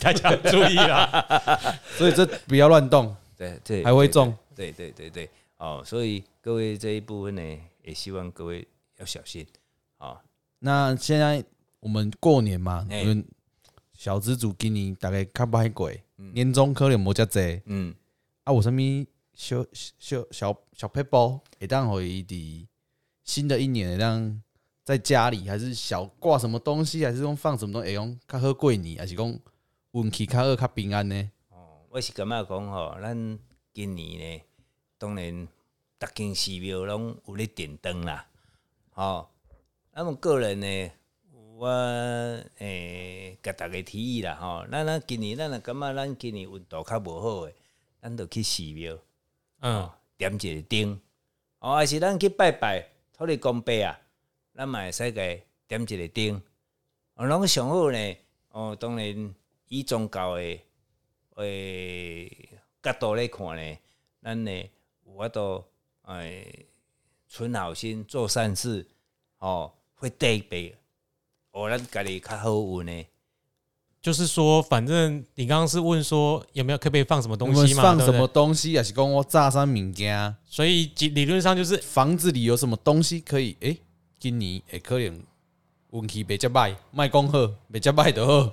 [SPEAKER 2] 大家注意啊啦。
[SPEAKER 1] 所以这不要乱动，
[SPEAKER 3] 对 对，
[SPEAKER 1] 还会
[SPEAKER 3] 对
[SPEAKER 1] 中。
[SPEAKER 3] 对对对对，哦，所以各位这一部分呢，也希望各位要小心哦。
[SPEAKER 1] 那现在我们过年嘛，
[SPEAKER 3] 哎
[SPEAKER 1] 我们小资主今年大概较歹过，年终可能无遮济
[SPEAKER 3] 嗯，
[SPEAKER 1] 啊，有啥物小小小小 p a p e 会当互伊伫新的一年会当在家里还是小挂什么东西，还是讲放什么东西，会讲较好过年，还是讲运气较好较平安呢？
[SPEAKER 3] 哦，我是感觉讲吼，咱今年呢，当然逐间寺庙拢有咧点灯啦，哦，那么个人呢，我诶，甲、大家提议啦，吼、咱咱今年咱若感觉咱今年运道较无好诶，咱就去寺庙。
[SPEAKER 2] 嗯，
[SPEAKER 3] 点一个灯，哦，还是咱去拜拜，托你公伯啊，咱嘛会使给点一个灯，哦，拢上好呢，哦，当然以宗教的诶角度来看呢，咱呢有法度诶存好心做善事，哦，会对白，哦，咱家己较好运呢，
[SPEAKER 2] 就是说，反正你刚刚是问说有没有可不可以放什么东
[SPEAKER 1] 我们
[SPEAKER 2] 西嘛？
[SPEAKER 1] 放
[SPEAKER 2] 对
[SPEAKER 1] 什
[SPEAKER 2] 不
[SPEAKER 1] 么
[SPEAKER 2] 对？
[SPEAKER 1] 东西，还是讲我炸啥物件？
[SPEAKER 2] 所以即理论上就是
[SPEAKER 1] 房子里有什么东西可以？诶、今年会可能运气袂遮歹，卖讲好，袂遮歹就好。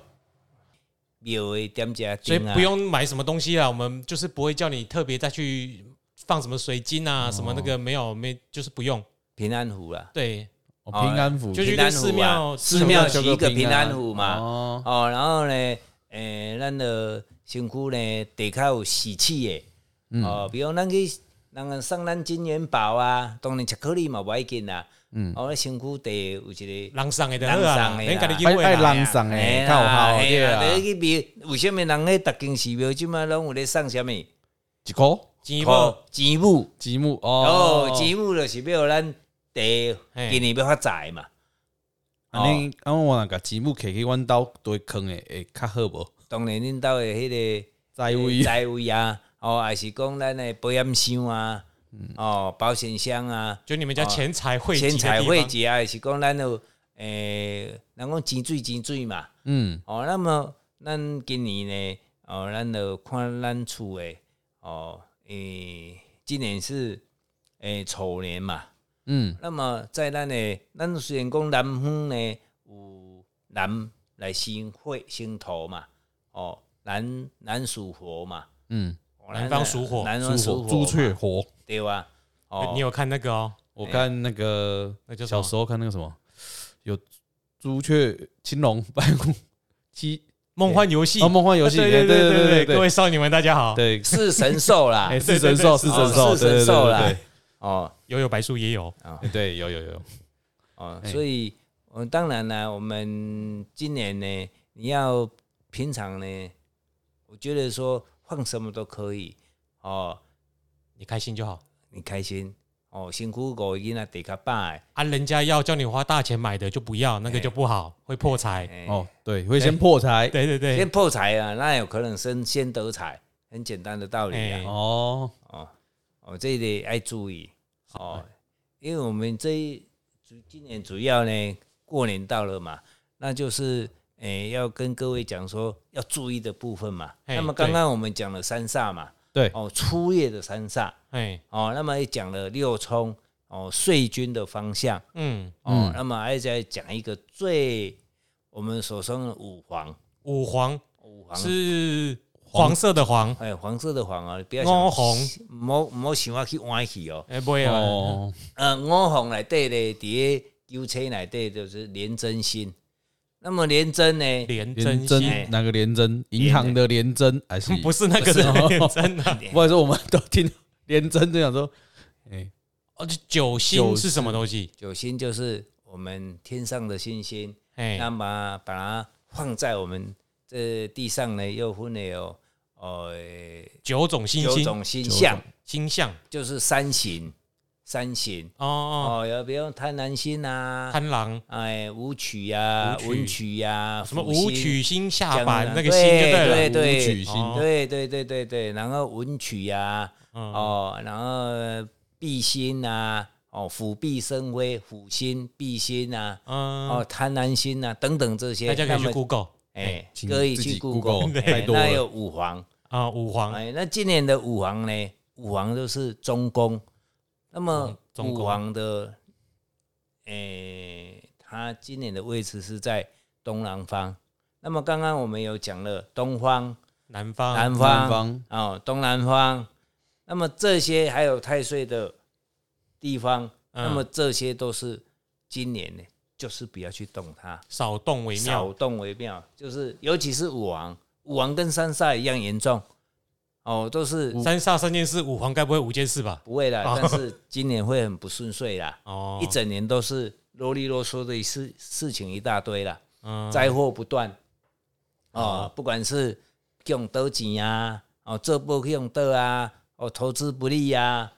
[SPEAKER 3] 庙会点一个
[SPEAKER 2] 所以
[SPEAKER 3] 灯啊
[SPEAKER 2] 不，用买什么东西啦，我们就是不会叫你特别再去放什么水晶啊，什么那个没有没，就是不用。
[SPEAKER 3] 平安符啦，
[SPEAKER 2] 对，
[SPEAKER 1] 哦，平安符
[SPEAKER 2] 就去
[SPEAKER 3] 平安
[SPEAKER 2] 跟寺
[SPEAKER 3] 符
[SPEAKER 2] 庙求
[SPEAKER 3] 啊，寺庙
[SPEAKER 2] 个
[SPEAKER 3] 求个平安符嘛。
[SPEAKER 1] 哦，
[SPEAKER 3] 哦，然后呢，诶、咱的身躯呢，地较有喜气的。
[SPEAKER 1] 嗯
[SPEAKER 3] 哦，比如咱去，人家送咱金元宝啊，当然巧克力嘛，无要紧啦。嗯，哦，咱身躯地有一个，哎
[SPEAKER 2] 人上的就
[SPEAKER 3] 人
[SPEAKER 2] 好啊，
[SPEAKER 3] 送的啦
[SPEAKER 2] 人家己
[SPEAKER 1] 拜
[SPEAKER 2] 会
[SPEAKER 1] 拜
[SPEAKER 2] 啦。
[SPEAKER 1] 人送
[SPEAKER 3] 嘿
[SPEAKER 1] 诶，
[SPEAKER 3] 啦
[SPEAKER 1] 较有效
[SPEAKER 3] 嘿
[SPEAKER 1] 对
[SPEAKER 3] 啦
[SPEAKER 1] 啊
[SPEAKER 3] 就，去庙，为什么人咧，逐间寺庙即满拢有咧送什么？
[SPEAKER 1] 一箍
[SPEAKER 2] 钱
[SPEAKER 3] 哦
[SPEAKER 2] 包，
[SPEAKER 3] 钱母。
[SPEAKER 1] 积木
[SPEAKER 3] 哦
[SPEAKER 1] 哦，，
[SPEAKER 3] 钱母就是要咱地
[SPEAKER 2] 嘿
[SPEAKER 3] 今年要发财嘛。
[SPEAKER 1] 安尼，啊，我若甲积木摕去阮兜堆坑诶，会较好无？
[SPEAKER 3] 当然恁兜的迄、个。
[SPEAKER 1] 在位
[SPEAKER 3] 财位啊，哦，还是讲咱的保险箱啊，哦，保险箱啊，
[SPEAKER 2] 就你们家钱财嗯汇集的
[SPEAKER 3] 钱
[SPEAKER 2] 地
[SPEAKER 3] 财
[SPEAKER 2] 方
[SPEAKER 3] 汇集啊，还是讲咱有诶，人讲钱水钱水嘛，
[SPEAKER 1] 嗯，
[SPEAKER 3] 哦，那么咱今年呢，哦，咱就看咱厝的，哦，诶、今年是诶丑年嘛，
[SPEAKER 1] 嗯
[SPEAKER 3] 那么在咱的，咱虽然讲南方呢有南来生火生土嘛，哦，南南属火嘛。
[SPEAKER 1] 嗯，
[SPEAKER 3] 哦
[SPEAKER 2] 南方属火
[SPEAKER 3] 南方
[SPEAKER 1] 朱
[SPEAKER 3] 属火，
[SPEAKER 1] 朱雀火，
[SPEAKER 3] 对吧？哦，
[SPEAKER 2] 你有看那个哦？
[SPEAKER 1] 我看那个
[SPEAKER 2] 那叫什
[SPEAKER 1] 小
[SPEAKER 2] 么
[SPEAKER 1] 时候看那个什么，有朱雀、青龙、白虎、七
[SPEAKER 2] 梦幻游戏
[SPEAKER 1] 哦，梦幻游戏，
[SPEAKER 2] 对
[SPEAKER 1] 哎
[SPEAKER 2] 对对
[SPEAKER 1] 对
[SPEAKER 2] 对
[SPEAKER 1] 对，
[SPEAKER 2] 各位少女们大家好，
[SPEAKER 1] 对，
[SPEAKER 3] 是神兽啦
[SPEAKER 1] 哎，，
[SPEAKER 2] 对
[SPEAKER 1] 是神兽，是
[SPEAKER 2] 对
[SPEAKER 1] 神兽，
[SPEAKER 3] 哦是神兽啦
[SPEAKER 1] 对对
[SPEAKER 3] 哦
[SPEAKER 2] 有有白素也有，
[SPEAKER 1] 对对对，有有有，
[SPEAKER 3] 哦，
[SPEAKER 1] 哎
[SPEAKER 3] 所以，我当然啦，我们今年呢，你要平常呢，我觉得说放什么都可以哦，
[SPEAKER 2] 你开心就好
[SPEAKER 3] 你开心哦，辛苦五个囡仔地较哎拜，
[SPEAKER 2] 啊。人家要叫你花大钱买的就不要，那个就不好，会破财。
[SPEAKER 3] 哎，
[SPEAKER 1] 哦，对，会先破财，
[SPEAKER 2] 对对对，
[SPEAKER 3] 先破财啊，那有可能先先得财，很简单的道理啊
[SPEAKER 2] 哎。
[SPEAKER 1] 哦，
[SPEAKER 3] 哦哦，这一得爱注意哦，因为我们这一主今年主要呢，过年到了嘛，那就是诶、要跟各位讲说要注意的部分嘛。
[SPEAKER 2] 嘿
[SPEAKER 3] 那么刚刚我们讲了三煞嘛，
[SPEAKER 1] 对，
[SPEAKER 3] 哦，初夜的三煞
[SPEAKER 2] 哎，
[SPEAKER 3] 哦，那么也讲了六冲哦，岁君的方向
[SPEAKER 2] 嗯，
[SPEAKER 3] 哦，那么还再讲一个最我们所说的五黄，
[SPEAKER 2] 五黄
[SPEAKER 3] 五黄
[SPEAKER 2] 是黄色的黄，
[SPEAKER 3] 哎，黄色的黄啊，不要
[SPEAKER 2] 五
[SPEAKER 3] 想
[SPEAKER 2] 黄，
[SPEAKER 3] 莫莫想要去歪去哦。
[SPEAKER 2] 哎，不会啊，
[SPEAKER 1] 哦，
[SPEAKER 3] 呃，五行内底咧，伫个九车内底就是廉贞心。那么廉贞呢？
[SPEAKER 2] 廉
[SPEAKER 1] 连
[SPEAKER 2] 贞心
[SPEAKER 1] 针哪个连针？银行的连针还是
[SPEAKER 2] 不是那
[SPEAKER 1] 不
[SPEAKER 2] 个
[SPEAKER 1] 是
[SPEAKER 2] 是
[SPEAKER 1] 哦
[SPEAKER 2] 廉贞啊，
[SPEAKER 1] 不好意思，我们都听连针就想说，
[SPEAKER 2] 哦，就九
[SPEAKER 1] 九
[SPEAKER 2] 星是
[SPEAKER 1] 星
[SPEAKER 2] 什么东西？
[SPEAKER 3] 九星就是我们天上的星星，
[SPEAKER 2] 哎
[SPEAKER 3] 那，么把它放在我们这地上呢，又分了有呃
[SPEAKER 2] 九种星
[SPEAKER 3] 九
[SPEAKER 2] 星
[SPEAKER 3] 种星象，
[SPEAKER 2] 星象
[SPEAKER 3] 就是三行，三行
[SPEAKER 2] 哦，
[SPEAKER 3] 哦，有比如贪婪心啊，
[SPEAKER 2] 贪狼
[SPEAKER 3] 哎，舞曲呀
[SPEAKER 2] 舞，曲
[SPEAKER 3] 文曲呀，
[SPEAKER 2] 什么
[SPEAKER 3] 辅
[SPEAKER 2] 武
[SPEAKER 3] 星
[SPEAKER 2] 曲星下
[SPEAKER 3] 江
[SPEAKER 2] 凡
[SPEAKER 3] 南
[SPEAKER 2] 那个星就对了，
[SPEAKER 3] 啊对
[SPEAKER 1] 武曲星
[SPEAKER 2] 哦
[SPEAKER 3] 对对对对对，然后文曲呀、
[SPEAKER 2] 嗯
[SPEAKER 3] 哦，然后必心呐、哦，辅必生威，辅心必心呐、
[SPEAKER 2] 嗯，
[SPEAKER 3] 哦，贪婪心呐、等等这些，
[SPEAKER 2] 大家可以
[SPEAKER 3] 那
[SPEAKER 2] 去
[SPEAKER 3] 么
[SPEAKER 2] Google
[SPEAKER 3] 哎，
[SPEAKER 1] 请
[SPEAKER 3] 可以
[SPEAKER 1] 自
[SPEAKER 3] 去
[SPEAKER 1] 己
[SPEAKER 3] Google，
[SPEAKER 1] Google，
[SPEAKER 3] 哎
[SPEAKER 1] 太多
[SPEAKER 3] 那
[SPEAKER 1] 了
[SPEAKER 3] 有五黄，
[SPEAKER 2] 啊，武皇
[SPEAKER 3] 哎，那今年的五黄呢？五黄都是中宫，那么
[SPEAKER 2] 嗯中宫
[SPEAKER 3] 五黄的，诶、它今年的位置是在东南方。那么刚刚我们有讲了东方、
[SPEAKER 2] 南嗯方
[SPEAKER 3] 南
[SPEAKER 1] 南
[SPEAKER 3] 方
[SPEAKER 1] 方
[SPEAKER 3] 哦，东南方，那么这些还有太岁的地方，
[SPEAKER 2] 嗯
[SPEAKER 3] 那么这些都是今年呢，就是不要去动它，
[SPEAKER 2] 少动为妙
[SPEAKER 3] 少动为妙。就是尤其是武王，武王跟三煞一样严重哦，都是
[SPEAKER 2] 三煞三件事，五皇该不会五件事吧？
[SPEAKER 3] 不会啦，
[SPEAKER 2] 哦
[SPEAKER 3] 但是今年会很不顺遂啦，
[SPEAKER 2] 哦，
[SPEAKER 3] 一整年都是啰里啰嗦的事事情一大堆啦，
[SPEAKER 2] 嗯
[SPEAKER 3] 灾祸不断
[SPEAKER 2] 哦
[SPEAKER 3] 哦，不管是用多钱啊，哦，这波用的啊，哦，投资不利啊，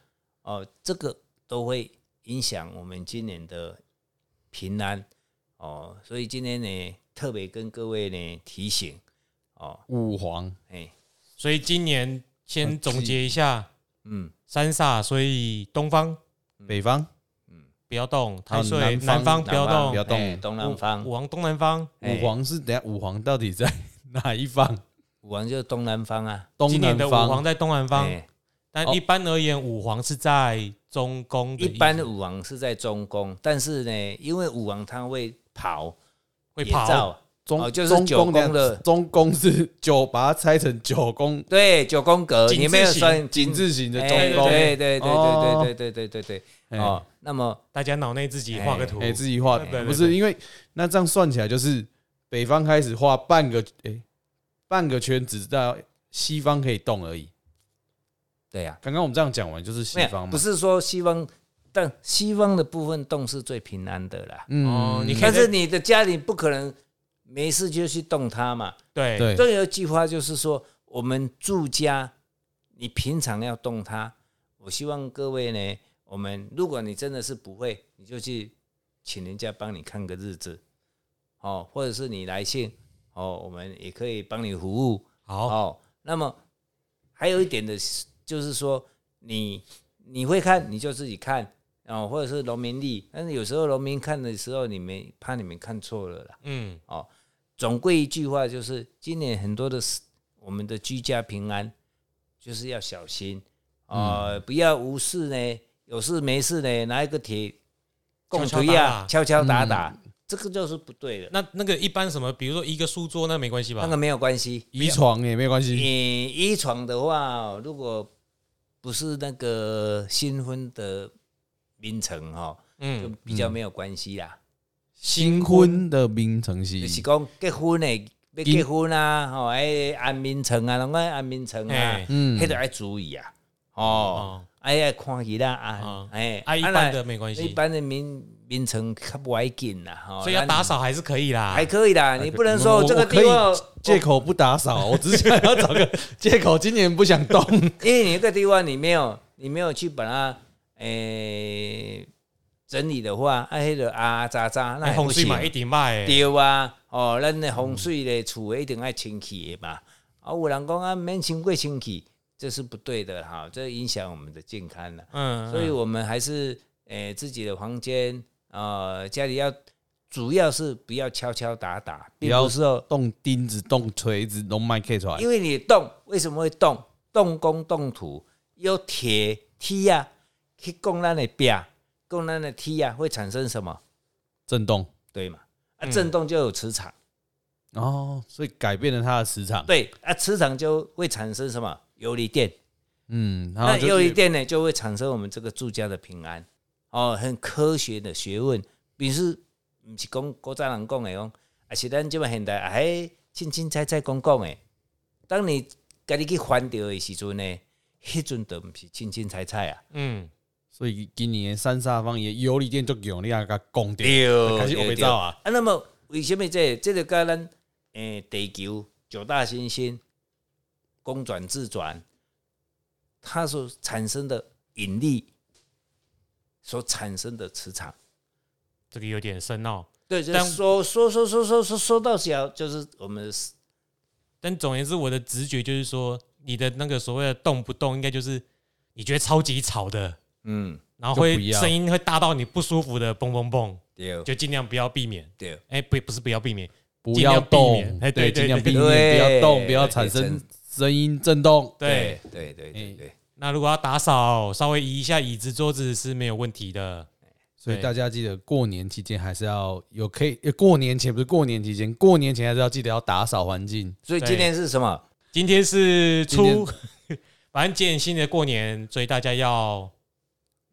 [SPEAKER 3] 哦，这个都会影响我们今年的平安哦，所以今天呢，特别跟各位呢提醒哦，
[SPEAKER 1] 五黄
[SPEAKER 3] 哎，
[SPEAKER 2] 所以今年先总结一下
[SPEAKER 3] 嗯，
[SPEAKER 2] 三煞，所以东方
[SPEAKER 1] 北方
[SPEAKER 2] 不要动，
[SPEAKER 1] 还有
[SPEAKER 2] 太岁
[SPEAKER 1] 南方
[SPEAKER 2] 南方不要
[SPEAKER 3] 南
[SPEAKER 2] 动
[SPEAKER 3] 方
[SPEAKER 1] 不要，动
[SPEAKER 3] 哎嗯东南方
[SPEAKER 2] 武，王东南方，
[SPEAKER 3] 哎
[SPEAKER 1] 五黄是等下五黄到底在哪一方？
[SPEAKER 3] 武王就是东南方啊，
[SPEAKER 1] 东
[SPEAKER 2] 今年
[SPEAKER 1] 南
[SPEAKER 2] 的武
[SPEAKER 1] 方
[SPEAKER 2] 皇在东南方，
[SPEAKER 3] 哎
[SPEAKER 2] 但
[SPEAKER 1] 哦
[SPEAKER 2] 一般而言，武皇是在中宫的
[SPEAKER 3] 一
[SPEAKER 2] 意思，
[SPEAKER 3] 般的武王是在中宫，但是呢，因为武王他会跑，
[SPEAKER 2] 会
[SPEAKER 3] 也
[SPEAKER 2] 跑，
[SPEAKER 3] 造
[SPEAKER 1] 中、
[SPEAKER 3] 哦就是
[SPEAKER 1] 中
[SPEAKER 3] 九
[SPEAKER 1] 宫等下
[SPEAKER 3] 宫的
[SPEAKER 1] 中宫是九，把它拆成九宫
[SPEAKER 3] 对九宫格，
[SPEAKER 2] 井字
[SPEAKER 3] 你没有
[SPEAKER 2] 形
[SPEAKER 3] 算
[SPEAKER 1] 井字形的
[SPEAKER 3] 哎
[SPEAKER 1] 中宫，
[SPEAKER 3] 对对对
[SPEAKER 1] 哦
[SPEAKER 3] 对对对对对对对哦。那么
[SPEAKER 2] 大家脑内自己画个图
[SPEAKER 1] 哎、，自己画的
[SPEAKER 2] 对对对
[SPEAKER 1] 不是因为那这样算起来就是北方开始画半个哎、半个圈，只知道西方可以动而已。
[SPEAKER 3] 对呀，
[SPEAKER 1] 刚刚我们这样讲完就是西
[SPEAKER 3] 没有
[SPEAKER 1] 方嘛，
[SPEAKER 3] 不是说西方，但西方的部分动是最平安的啦。
[SPEAKER 1] 嗯
[SPEAKER 2] 哦你可以
[SPEAKER 3] 但是你的家里不可能没事就去动它嘛。
[SPEAKER 2] 对，
[SPEAKER 1] 对
[SPEAKER 3] 这个计划就是说，我们住家，你平常要动它。我希望各位呢，我们如果你真的是不会，你就去请人家帮你看个日子，哦，或者是你来信，哦，我们也可以帮你服务，
[SPEAKER 2] 好，
[SPEAKER 3] 哦。那么还有一点的是，就是说你你会看，你就自己看。哦，或者是农民历，但是有时候农民看的时候，你们怕你们看错了啦。
[SPEAKER 2] 嗯，
[SPEAKER 3] 哦，总归一句话就是，今年很多的事我们的居家平安就是要小心啊、呃不要无事呢，有事没事呢，拿一个铁
[SPEAKER 2] 敲
[SPEAKER 3] 拱
[SPEAKER 2] 敲
[SPEAKER 3] 锤呀
[SPEAKER 2] 打打，
[SPEAKER 3] 敲敲打打，这个就是不对的，
[SPEAKER 2] 那那个一般什么，比如说一个书桌，那没关系吧
[SPEAKER 3] 那？个没有关系。
[SPEAKER 1] 遗传哎也没有关系，
[SPEAKER 3] 你遗传的话，如果不是那个新婚的名称哈、哦，就
[SPEAKER 2] 嗯，
[SPEAKER 3] 比较没有关系啦。
[SPEAKER 1] 新婚的名城西
[SPEAKER 3] 就是讲结婚诶，要结婚啊，吼、哎安眠床啊，拢爱安眠床啊
[SPEAKER 2] 哎，
[SPEAKER 1] 嗯
[SPEAKER 3] 迄著爱注意啊，哦
[SPEAKER 2] 哦，
[SPEAKER 3] 哎爱看伊啦啊
[SPEAKER 2] 哦，
[SPEAKER 3] 哎，
[SPEAKER 2] 啊，一
[SPEAKER 3] 啊
[SPEAKER 2] 般
[SPEAKER 3] 那
[SPEAKER 2] 的没关
[SPEAKER 3] 一
[SPEAKER 2] 系，
[SPEAKER 3] 般的眠眠床较不爱紧啦，吼，
[SPEAKER 2] 所以要
[SPEAKER 3] 咱
[SPEAKER 2] 打扫还是可以啦
[SPEAKER 3] 还。可以啦，你不能说这个地
[SPEAKER 1] 我
[SPEAKER 3] 方
[SPEAKER 1] 可以，借口不打扫，我只想要 找个借口，今年不想动。
[SPEAKER 3] 因为你那个地方你没有你没有去把它诶整理的话，啊，迄个啊渣渣，那
[SPEAKER 2] 哎，洪
[SPEAKER 3] 水
[SPEAKER 2] 水嘛一定嗯卖，
[SPEAKER 3] 对啊，哦，咱的风水咧，厝的一定爱清气的嘛。啊，有人讲啊，免清过清气，这是不对的哈，这影响我们的健康了。
[SPEAKER 2] 嗯，
[SPEAKER 3] 所以
[SPEAKER 2] 嗯
[SPEAKER 3] 我们还是诶、呃自己的房间啊、呃家里要主要是不要敲敲打打，并
[SPEAKER 1] 要
[SPEAKER 3] 不是说
[SPEAKER 1] 动钉子、动锤子、动麦克出来，
[SPEAKER 3] 因为你动为什么会动？动工动土，有铁梯啊，去供咱的壁，供咱的梯啊，会产生什么？
[SPEAKER 1] 震动
[SPEAKER 3] 对嘛？啊，
[SPEAKER 2] 嗯
[SPEAKER 3] 震动就有磁场。
[SPEAKER 1] 哦，所以改变了它的磁场。
[SPEAKER 3] 对啊，磁场就会产生什么游离电，
[SPEAKER 1] 嗯，然后
[SPEAKER 3] 那
[SPEAKER 1] 就
[SPEAKER 3] 游离
[SPEAKER 1] 是
[SPEAKER 3] 电呢就会产生我们这个住家的平安哦，很科学的学问，比如不是讲古早人讲的讲，啊是咱即摆现代哎，清清菜菜讲讲的，当你家己去翻到的时阵呢，迄阵都毋是清清菜菜啊，
[SPEAKER 2] 嗯，
[SPEAKER 1] 所以今年三煞方也有理店就有你啊个拱掉，
[SPEAKER 3] 对
[SPEAKER 1] 开始我被
[SPEAKER 3] 对
[SPEAKER 1] 造啊，
[SPEAKER 3] 啊，那么为什么这个这个跟咱诶、诶、地球九大行星公转自转，它所产生的引力所产生的磁场。
[SPEAKER 2] 这个有点深奥。
[SPEAKER 3] 对，就
[SPEAKER 2] 但
[SPEAKER 3] 说说说说说说说到小，就是我们的
[SPEAKER 2] 但总而言之，我的直觉就是说，你的那个所谓的动不动，应该就是你觉得超级吵的，
[SPEAKER 3] 嗯，
[SPEAKER 2] 然后
[SPEAKER 1] 就不
[SPEAKER 2] 会
[SPEAKER 1] 要
[SPEAKER 2] 声音会大到你不舒服的，嘣嘣嘣，
[SPEAKER 3] 对
[SPEAKER 2] 就尽量不要避免。
[SPEAKER 3] 对
[SPEAKER 2] 哎、不，不是不要避免，
[SPEAKER 1] 不
[SPEAKER 2] 尽
[SPEAKER 1] 要
[SPEAKER 2] 量避
[SPEAKER 1] 动
[SPEAKER 2] 免，哎
[SPEAKER 1] 对，
[SPEAKER 2] 对对
[SPEAKER 1] 尽量避
[SPEAKER 2] 对
[SPEAKER 1] 免，
[SPEAKER 3] 对
[SPEAKER 1] 不要动，不要产
[SPEAKER 3] 对
[SPEAKER 1] 生
[SPEAKER 3] 成
[SPEAKER 1] 声音震动。
[SPEAKER 2] 对。
[SPEAKER 3] 对对对对，
[SPEAKER 2] 那如果要打扫，稍微移一下椅子、桌子是没有问题的。
[SPEAKER 1] 所以
[SPEAKER 2] 对
[SPEAKER 1] 大家记得过年期间还是要有可以，呃过年前不是过年期间，过年前还是要记得要打扫环境。
[SPEAKER 3] 所以今天是什么？
[SPEAKER 2] 今天是
[SPEAKER 1] 今天
[SPEAKER 2] 初， 反正建新的过年，所以大家要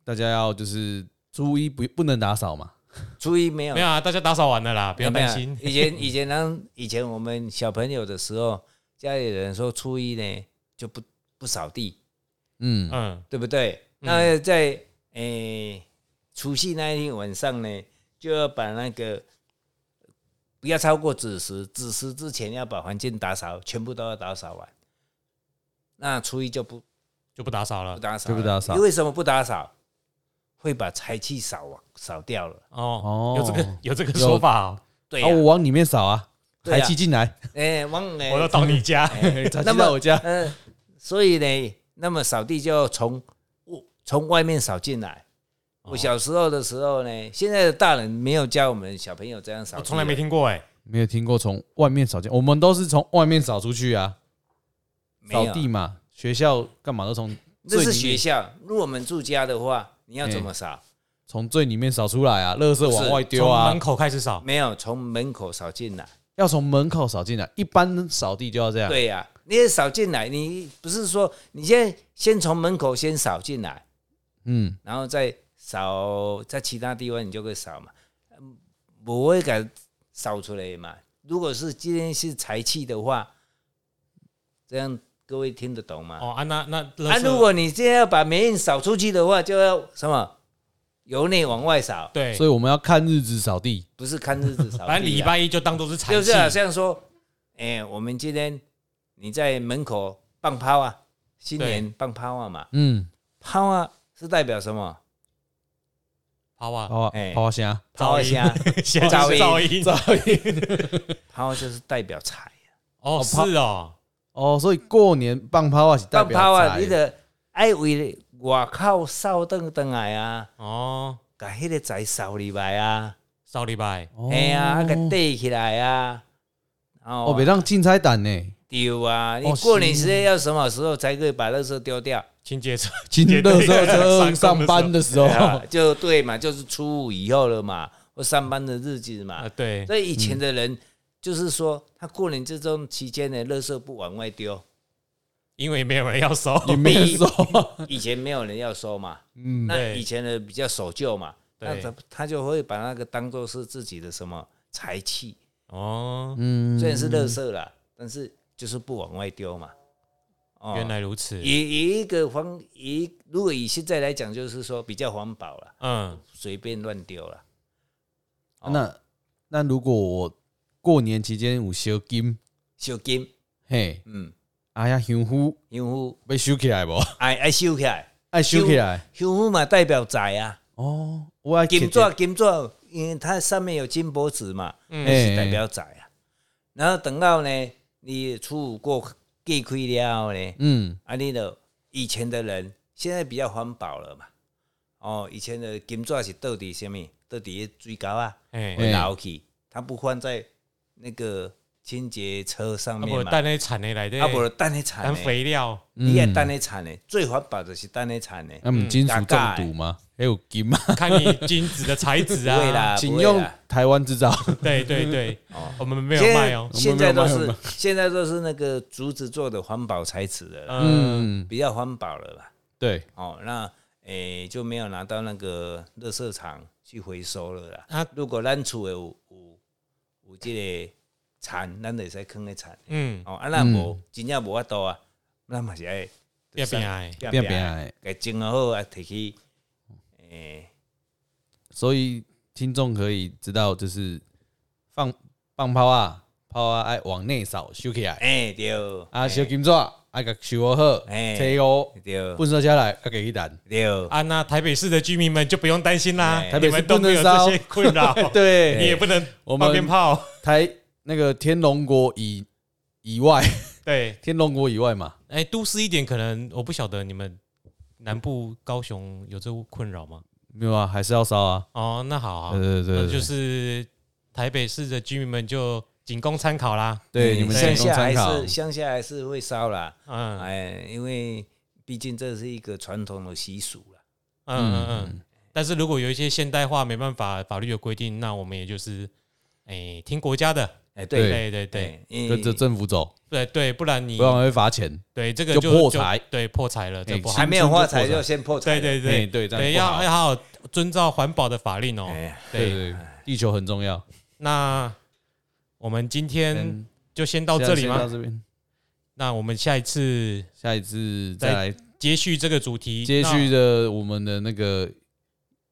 [SPEAKER 1] 大家要就是初一不不能打扫嘛，
[SPEAKER 3] 初一没有
[SPEAKER 2] 没有啊？大家打扫完了啦，不要
[SPEAKER 3] 有没有
[SPEAKER 2] 担心。
[SPEAKER 3] 以前以前人以前我们小朋友的时候，家里人说初一呢就不不扫地，
[SPEAKER 1] 嗯，
[SPEAKER 2] 嗯，
[SPEAKER 3] 对不对？那在诶、除夕那一天晚上呢，就要把那个不要超过子时，子时之前要把环境打扫，全部都要打扫完。那初一就不
[SPEAKER 2] 就不打扫
[SPEAKER 3] 不
[SPEAKER 2] 了。
[SPEAKER 3] 打扫
[SPEAKER 1] 就
[SPEAKER 3] 了，
[SPEAKER 1] 不打扫
[SPEAKER 3] 为什么不打扫？会把财气扫完扫掉 了。
[SPEAKER 2] 哦
[SPEAKER 1] 哦，
[SPEAKER 2] 有这个有这个
[SPEAKER 1] 有
[SPEAKER 2] 说法哦，
[SPEAKER 3] 对呀、
[SPEAKER 1] 啊，我往里面扫啊，
[SPEAKER 3] 对啊
[SPEAKER 1] 抬气进来，
[SPEAKER 3] 哎、忘了
[SPEAKER 2] 我要到你家。
[SPEAKER 3] 哎
[SPEAKER 1] 抬
[SPEAKER 3] 那
[SPEAKER 1] 气
[SPEAKER 3] 么
[SPEAKER 1] 到我家。
[SPEAKER 3] 嗯，所以呢，那么扫地就要从从外面扫进来。
[SPEAKER 2] 哦
[SPEAKER 3] 我小时候的时候呢，现在的大人没有教我们小朋友这样 扫
[SPEAKER 2] 我
[SPEAKER 3] 地，啊
[SPEAKER 2] 从来没听过哎、
[SPEAKER 1] 没有听过从外面扫进，我们都是从外面扫出去啊，
[SPEAKER 3] 没有啊
[SPEAKER 1] 扫地嘛，学校干嘛都从
[SPEAKER 3] 这
[SPEAKER 1] 最
[SPEAKER 3] 是
[SPEAKER 1] 里
[SPEAKER 3] 学
[SPEAKER 1] 面哎
[SPEAKER 3] 校。如果我们住家的话，你要怎么扫？
[SPEAKER 1] 从最里面扫出来啊，垃圾
[SPEAKER 3] 不
[SPEAKER 1] 往
[SPEAKER 3] 是
[SPEAKER 1] 外丢
[SPEAKER 2] 从
[SPEAKER 1] 啊
[SPEAKER 2] 门，口开始扫。
[SPEAKER 3] 没有，从门口扫进来。
[SPEAKER 1] 要从门口扫进来。一般扫地就要这样，
[SPEAKER 3] 对呀、你也扫进来，你不是说你现在先从门口先扫进来，
[SPEAKER 1] 嗯，
[SPEAKER 3] 然后再扫在其他地方你就会扫嘛，嗯不会给它扫出来嘛。如果是今天是财气的话，这样各位听得懂吗？
[SPEAKER 2] 哦啊，那那垃
[SPEAKER 3] 啊，
[SPEAKER 2] 圾
[SPEAKER 3] 如果你今天要把霉运扫出去的话，就要什么由内往外扫，
[SPEAKER 2] 对
[SPEAKER 1] 所，以我们要看日子扫地。
[SPEAKER 3] 不是看日子扫地啊、
[SPEAKER 2] 反正礼拜一就当做是财
[SPEAKER 3] 就
[SPEAKER 2] 气
[SPEAKER 3] 是，啊好像说，哎、我们今天你在门口放炮啊，新年放炮啊嘛，
[SPEAKER 1] 嗯，
[SPEAKER 3] 炮啊是代表什么？
[SPEAKER 2] 好啊，
[SPEAKER 1] 好啊
[SPEAKER 3] 哎，
[SPEAKER 1] 好啊，行啊，
[SPEAKER 3] 炮
[SPEAKER 2] 噪
[SPEAKER 3] 一
[SPEAKER 2] 音
[SPEAKER 3] 下，
[SPEAKER 2] 现在就是
[SPEAKER 3] 噪
[SPEAKER 2] 噪音
[SPEAKER 3] 炮就是代表啊财。
[SPEAKER 2] 哦，
[SPEAKER 1] 炮
[SPEAKER 2] 是哦，
[SPEAKER 1] 哦，所以过年放炮啊是 代
[SPEAKER 3] 放
[SPEAKER 1] 表
[SPEAKER 3] 炮啊，
[SPEAKER 1] 财
[SPEAKER 3] 你得爱为外口扫灯灯来啊，
[SPEAKER 2] 哦，
[SPEAKER 3] 把迄个财扫入来啊，
[SPEAKER 2] 扫礼拜，
[SPEAKER 1] 哦
[SPEAKER 3] 哎呀、啊，给缀起来啊。
[SPEAKER 1] 哦，别
[SPEAKER 3] 哦，
[SPEAKER 1] 让进彩蛋呢，
[SPEAKER 3] 丢啊！你
[SPEAKER 1] 哦
[SPEAKER 3] 过年
[SPEAKER 1] 是
[SPEAKER 3] 时间要什么时候才可以把垃圾丢掉？
[SPEAKER 2] 清洁车，
[SPEAKER 1] 进
[SPEAKER 2] 洁
[SPEAKER 1] 乐
[SPEAKER 2] 队
[SPEAKER 1] 色车
[SPEAKER 2] 上
[SPEAKER 1] 上
[SPEAKER 2] 工的时候
[SPEAKER 1] 班的时
[SPEAKER 3] 对
[SPEAKER 1] 候，
[SPEAKER 3] 啊，就对嘛，就是初五以后了嘛，或上班的日子嘛
[SPEAKER 2] 啊，。对，
[SPEAKER 3] 所以以
[SPEAKER 1] 嗯
[SPEAKER 3] 前的人就是说，他过年这种期间呢，垃圾不往外丢，
[SPEAKER 2] 因为没有人要收，
[SPEAKER 1] 你没 有说，
[SPEAKER 3] 以前没有人要收嘛。
[SPEAKER 1] 哦嗯，
[SPEAKER 3] 那
[SPEAKER 2] 对
[SPEAKER 3] 以前的比较守旧嘛，那
[SPEAKER 2] 对
[SPEAKER 3] 他他就会把那个当做是自己的什么财气，
[SPEAKER 2] 哦，
[SPEAKER 1] 嗯
[SPEAKER 3] 虽然是垃圾啦，但是就是不往外丢嘛。哦
[SPEAKER 2] 原来如此，
[SPEAKER 3] 以以一个环以如果以现在来讲，就是说比较环保了，
[SPEAKER 2] 嗯，
[SPEAKER 3] 随便乱丢了。哦
[SPEAKER 1] 那那如果我过年期间有烧金，
[SPEAKER 3] 小金，
[SPEAKER 1] 嘿，
[SPEAKER 3] 嗯，
[SPEAKER 1] 哎呀，香菇
[SPEAKER 3] 香菇
[SPEAKER 1] 要收起来无？
[SPEAKER 3] 爱爱收起来，
[SPEAKER 1] 爱收起来
[SPEAKER 3] 香菇嘛代表财啊，
[SPEAKER 1] 哦，我爱
[SPEAKER 3] 金钻金钻，因为它上面有金箔纸嘛，
[SPEAKER 1] 哎
[SPEAKER 3] 是代表仔啊。然后等到呢，你初五过过开了后呢，
[SPEAKER 1] 嗯，
[SPEAKER 3] 啊，你的以前的人现在比较环保了嘛。哦，以前的金纸是倒伫什么？倒伫水沟啊，
[SPEAKER 2] 哎，
[SPEAKER 1] 哎
[SPEAKER 3] 会流去，它不放在那个清洁车上
[SPEAKER 2] 啊
[SPEAKER 3] 面
[SPEAKER 2] 不，
[SPEAKER 3] 嘛，
[SPEAKER 2] 带那铲的来的，哎
[SPEAKER 3] 啊，无就等咧产
[SPEAKER 2] 当
[SPEAKER 3] 呢，
[SPEAKER 2] 肥料，
[SPEAKER 1] 嗯
[SPEAKER 3] 你也等咧产呢，最环保就是等咧产呢。
[SPEAKER 1] 那么啊金属中
[SPEAKER 3] 嗯大概
[SPEAKER 1] 毒吗？还有金吗？
[SPEAKER 2] 看你金子的材质
[SPEAKER 3] 不会
[SPEAKER 2] 啊，
[SPEAKER 3] 啦，
[SPEAKER 1] 请
[SPEAKER 3] 不会
[SPEAKER 1] 用
[SPEAKER 3] 啦
[SPEAKER 1] 台湾制造。
[SPEAKER 2] 对对 对，
[SPEAKER 3] 哦
[SPEAKER 2] 我们没有
[SPEAKER 3] 现在
[SPEAKER 2] 卖哦，
[SPEAKER 3] 现在都
[SPEAKER 1] 我们没有
[SPEAKER 3] 是现在都是那个竹子做的环保材质的啦，
[SPEAKER 2] 嗯，
[SPEAKER 1] 嗯，
[SPEAKER 3] 比较环保了吧？
[SPEAKER 1] 对，
[SPEAKER 3] 哦，那诶、就没有拿到那个垃圾场去回收了啦。
[SPEAKER 2] 啊
[SPEAKER 3] 如果咱厝的有有有这个田，咱就会使坑个田。
[SPEAKER 2] 嗯，
[SPEAKER 3] 哦，啊，那无、真正无法度啊，咱嘛是爱
[SPEAKER 2] 变变矮，
[SPEAKER 3] 变
[SPEAKER 1] 变变，来。
[SPEAKER 3] 给整好啊，摕去诶、
[SPEAKER 1] 所以听众可以知道，就是放放炮啊，泡啊爱往内扫收起来，
[SPEAKER 3] 哎对，
[SPEAKER 1] 啊小金纸爱甲收好，
[SPEAKER 3] 哎
[SPEAKER 1] 车哦，
[SPEAKER 3] 对
[SPEAKER 1] 粪扫车来甲给去弹，
[SPEAKER 3] 对，
[SPEAKER 2] 啊，那台北市的居民们就不用担心啦
[SPEAKER 3] 哎，
[SPEAKER 1] 台
[SPEAKER 2] 你
[SPEAKER 1] 北市
[SPEAKER 2] 们都
[SPEAKER 1] 不
[SPEAKER 2] 没
[SPEAKER 1] 能
[SPEAKER 2] 有这
[SPEAKER 1] 烧，
[SPEAKER 2] 些困 扰
[SPEAKER 1] 对，
[SPEAKER 2] 哦你也不能
[SPEAKER 1] 哎我们
[SPEAKER 2] 放鞭炮，
[SPEAKER 1] 台那个天龙国以以外，
[SPEAKER 2] 对，
[SPEAKER 1] 天龙国以外嘛，
[SPEAKER 2] 哎，都市一点可能我不晓得你们南部高雄有这困扰吗？
[SPEAKER 1] 没有啊，还是要烧啊，
[SPEAKER 2] 哦，那好啊，
[SPEAKER 1] 对对对
[SPEAKER 2] 那
[SPEAKER 1] 对，
[SPEAKER 2] 就是台北市的居民们就仅供参考啦。
[SPEAKER 1] 对
[SPEAKER 3] 嗯
[SPEAKER 1] 你们
[SPEAKER 2] 对
[SPEAKER 1] 仅
[SPEAKER 3] 乡
[SPEAKER 1] 供
[SPEAKER 3] 下还
[SPEAKER 1] 参考
[SPEAKER 3] 是乡下还是会烧啦，
[SPEAKER 2] 嗯嗯
[SPEAKER 3] 哎，因为毕竟这是一个传统的习俗啦。
[SPEAKER 2] 嗯嗯。但是如果有一些现代化没办法法律有规定，那我们也就是哎听国家的，
[SPEAKER 3] 哎，
[SPEAKER 1] 对
[SPEAKER 2] 对对对
[SPEAKER 3] 哎，因为
[SPEAKER 1] 跟着政府走，
[SPEAKER 2] 对对，不然你
[SPEAKER 1] 不然会罚钱。
[SPEAKER 2] 对这个
[SPEAKER 1] 就
[SPEAKER 2] 就
[SPEAKER 1] 破财，
[SPEAKER 2] 就对破财了，这
[SPEAKER 1] 哎
[SPEAKER 2] 不好
[SPEAKER 3] 还。没有发财
[SPEAKER 1] 新春就破
[SPEAKER 3] 就先破财
[SPEAKER 2] 对
[SPEAKER 3] 了，
[SPEAKER 2] 对
[SPEAKER 1] 哎对
[SPEAKER 2] 对
[SPEAKER 1] 这样
[SPEAKER 2] 对，
[SPEAKER 1] 不好
[SPEAKER 2] 要要好好遵照环保的法令哦。
[SPEAKER 3] 哎，
[SPEAKER 1] 对
[SPEAKER 2] 对，
[SPEAKER 1] 对，对地球很重要。
[SPEAKER 2] 那我们今天
[SPEAKER 1] 嗯
[SPEAKER 2] 就先到这里
[SPEAKER 1] 现在先到
[SPEAKER 2] 吗？
[SPEAKER 1] 这边，
[SPEAKER 2] 那我们下一次
[SPEAKER 1] 下一次再来
[SPEAKER 2] 接续这个主题，
[SPEAKER 1] 接
[SPEAKER 2] 那
[SPEAKER 1] 续的我们的那个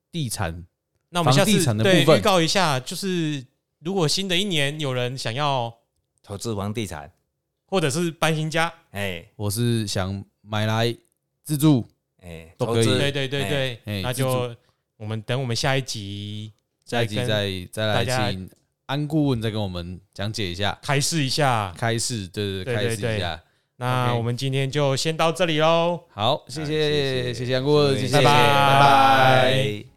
[SPEAKER 1] 地产，
[SPEAKER 2] 那我们下
[SPEAKER 1] 房
[SPEAKER 2] 次
[SPEAKER 1] 地产的
[SPEAKER 2] 对
[SPEAKER 1] 部分
[SPEAKER 2] 预告一下，就是如果新的一年有人想要，
[SPEAKER 3] 投资房地产，
[SPEAKER 2] 或者是搬新家，
[SPEAKER 3] 哎
[SPEAKER 1] 我是想买来自住，
[SPEAKER 3] 哎，
[SPEAKER 1] 都
[SPEAKER 3] 投
[SPEAKER 1] 可以
[SPEAKER 3] 资
[SPEAKER 2] 对对对对，
[SPEAKER 1] 哎
[SPEAKER 2] 那就我们等我们下一集
[SPEAKER 1] 下
[SPEAKER 2] 再
[SPEAKER 1] 一集
[SPEAKER 2] 跟
[SPEAKER 1] 再再
[SPEAKER 2] 大家
[SPEAKER 1] 来请安顾问再跟我们讲解一下
[SPEAKER 2] 开示一下。
[SPEAKER 1] 开市，对对对，
[SPEAKER 2] 对对
[SPEAKER 1] 开市一下。
[SPEAKER 2] 那
[SPEAKER 1] OK
[SPEAKER 2] 我们今天就先到这里喽。
[SPEAKER 1] 好，谢
[SPEAKER 3] 谢
[SPEAKER 1] 谢
[SPEAKER 3] 谢
[SPEAKER 1] 谢谢安顾问，谢谢，
[SPEAKER 2] 拜拜
[SPEAKER 1] 拜拜。
[SPEAKER 3] 拜。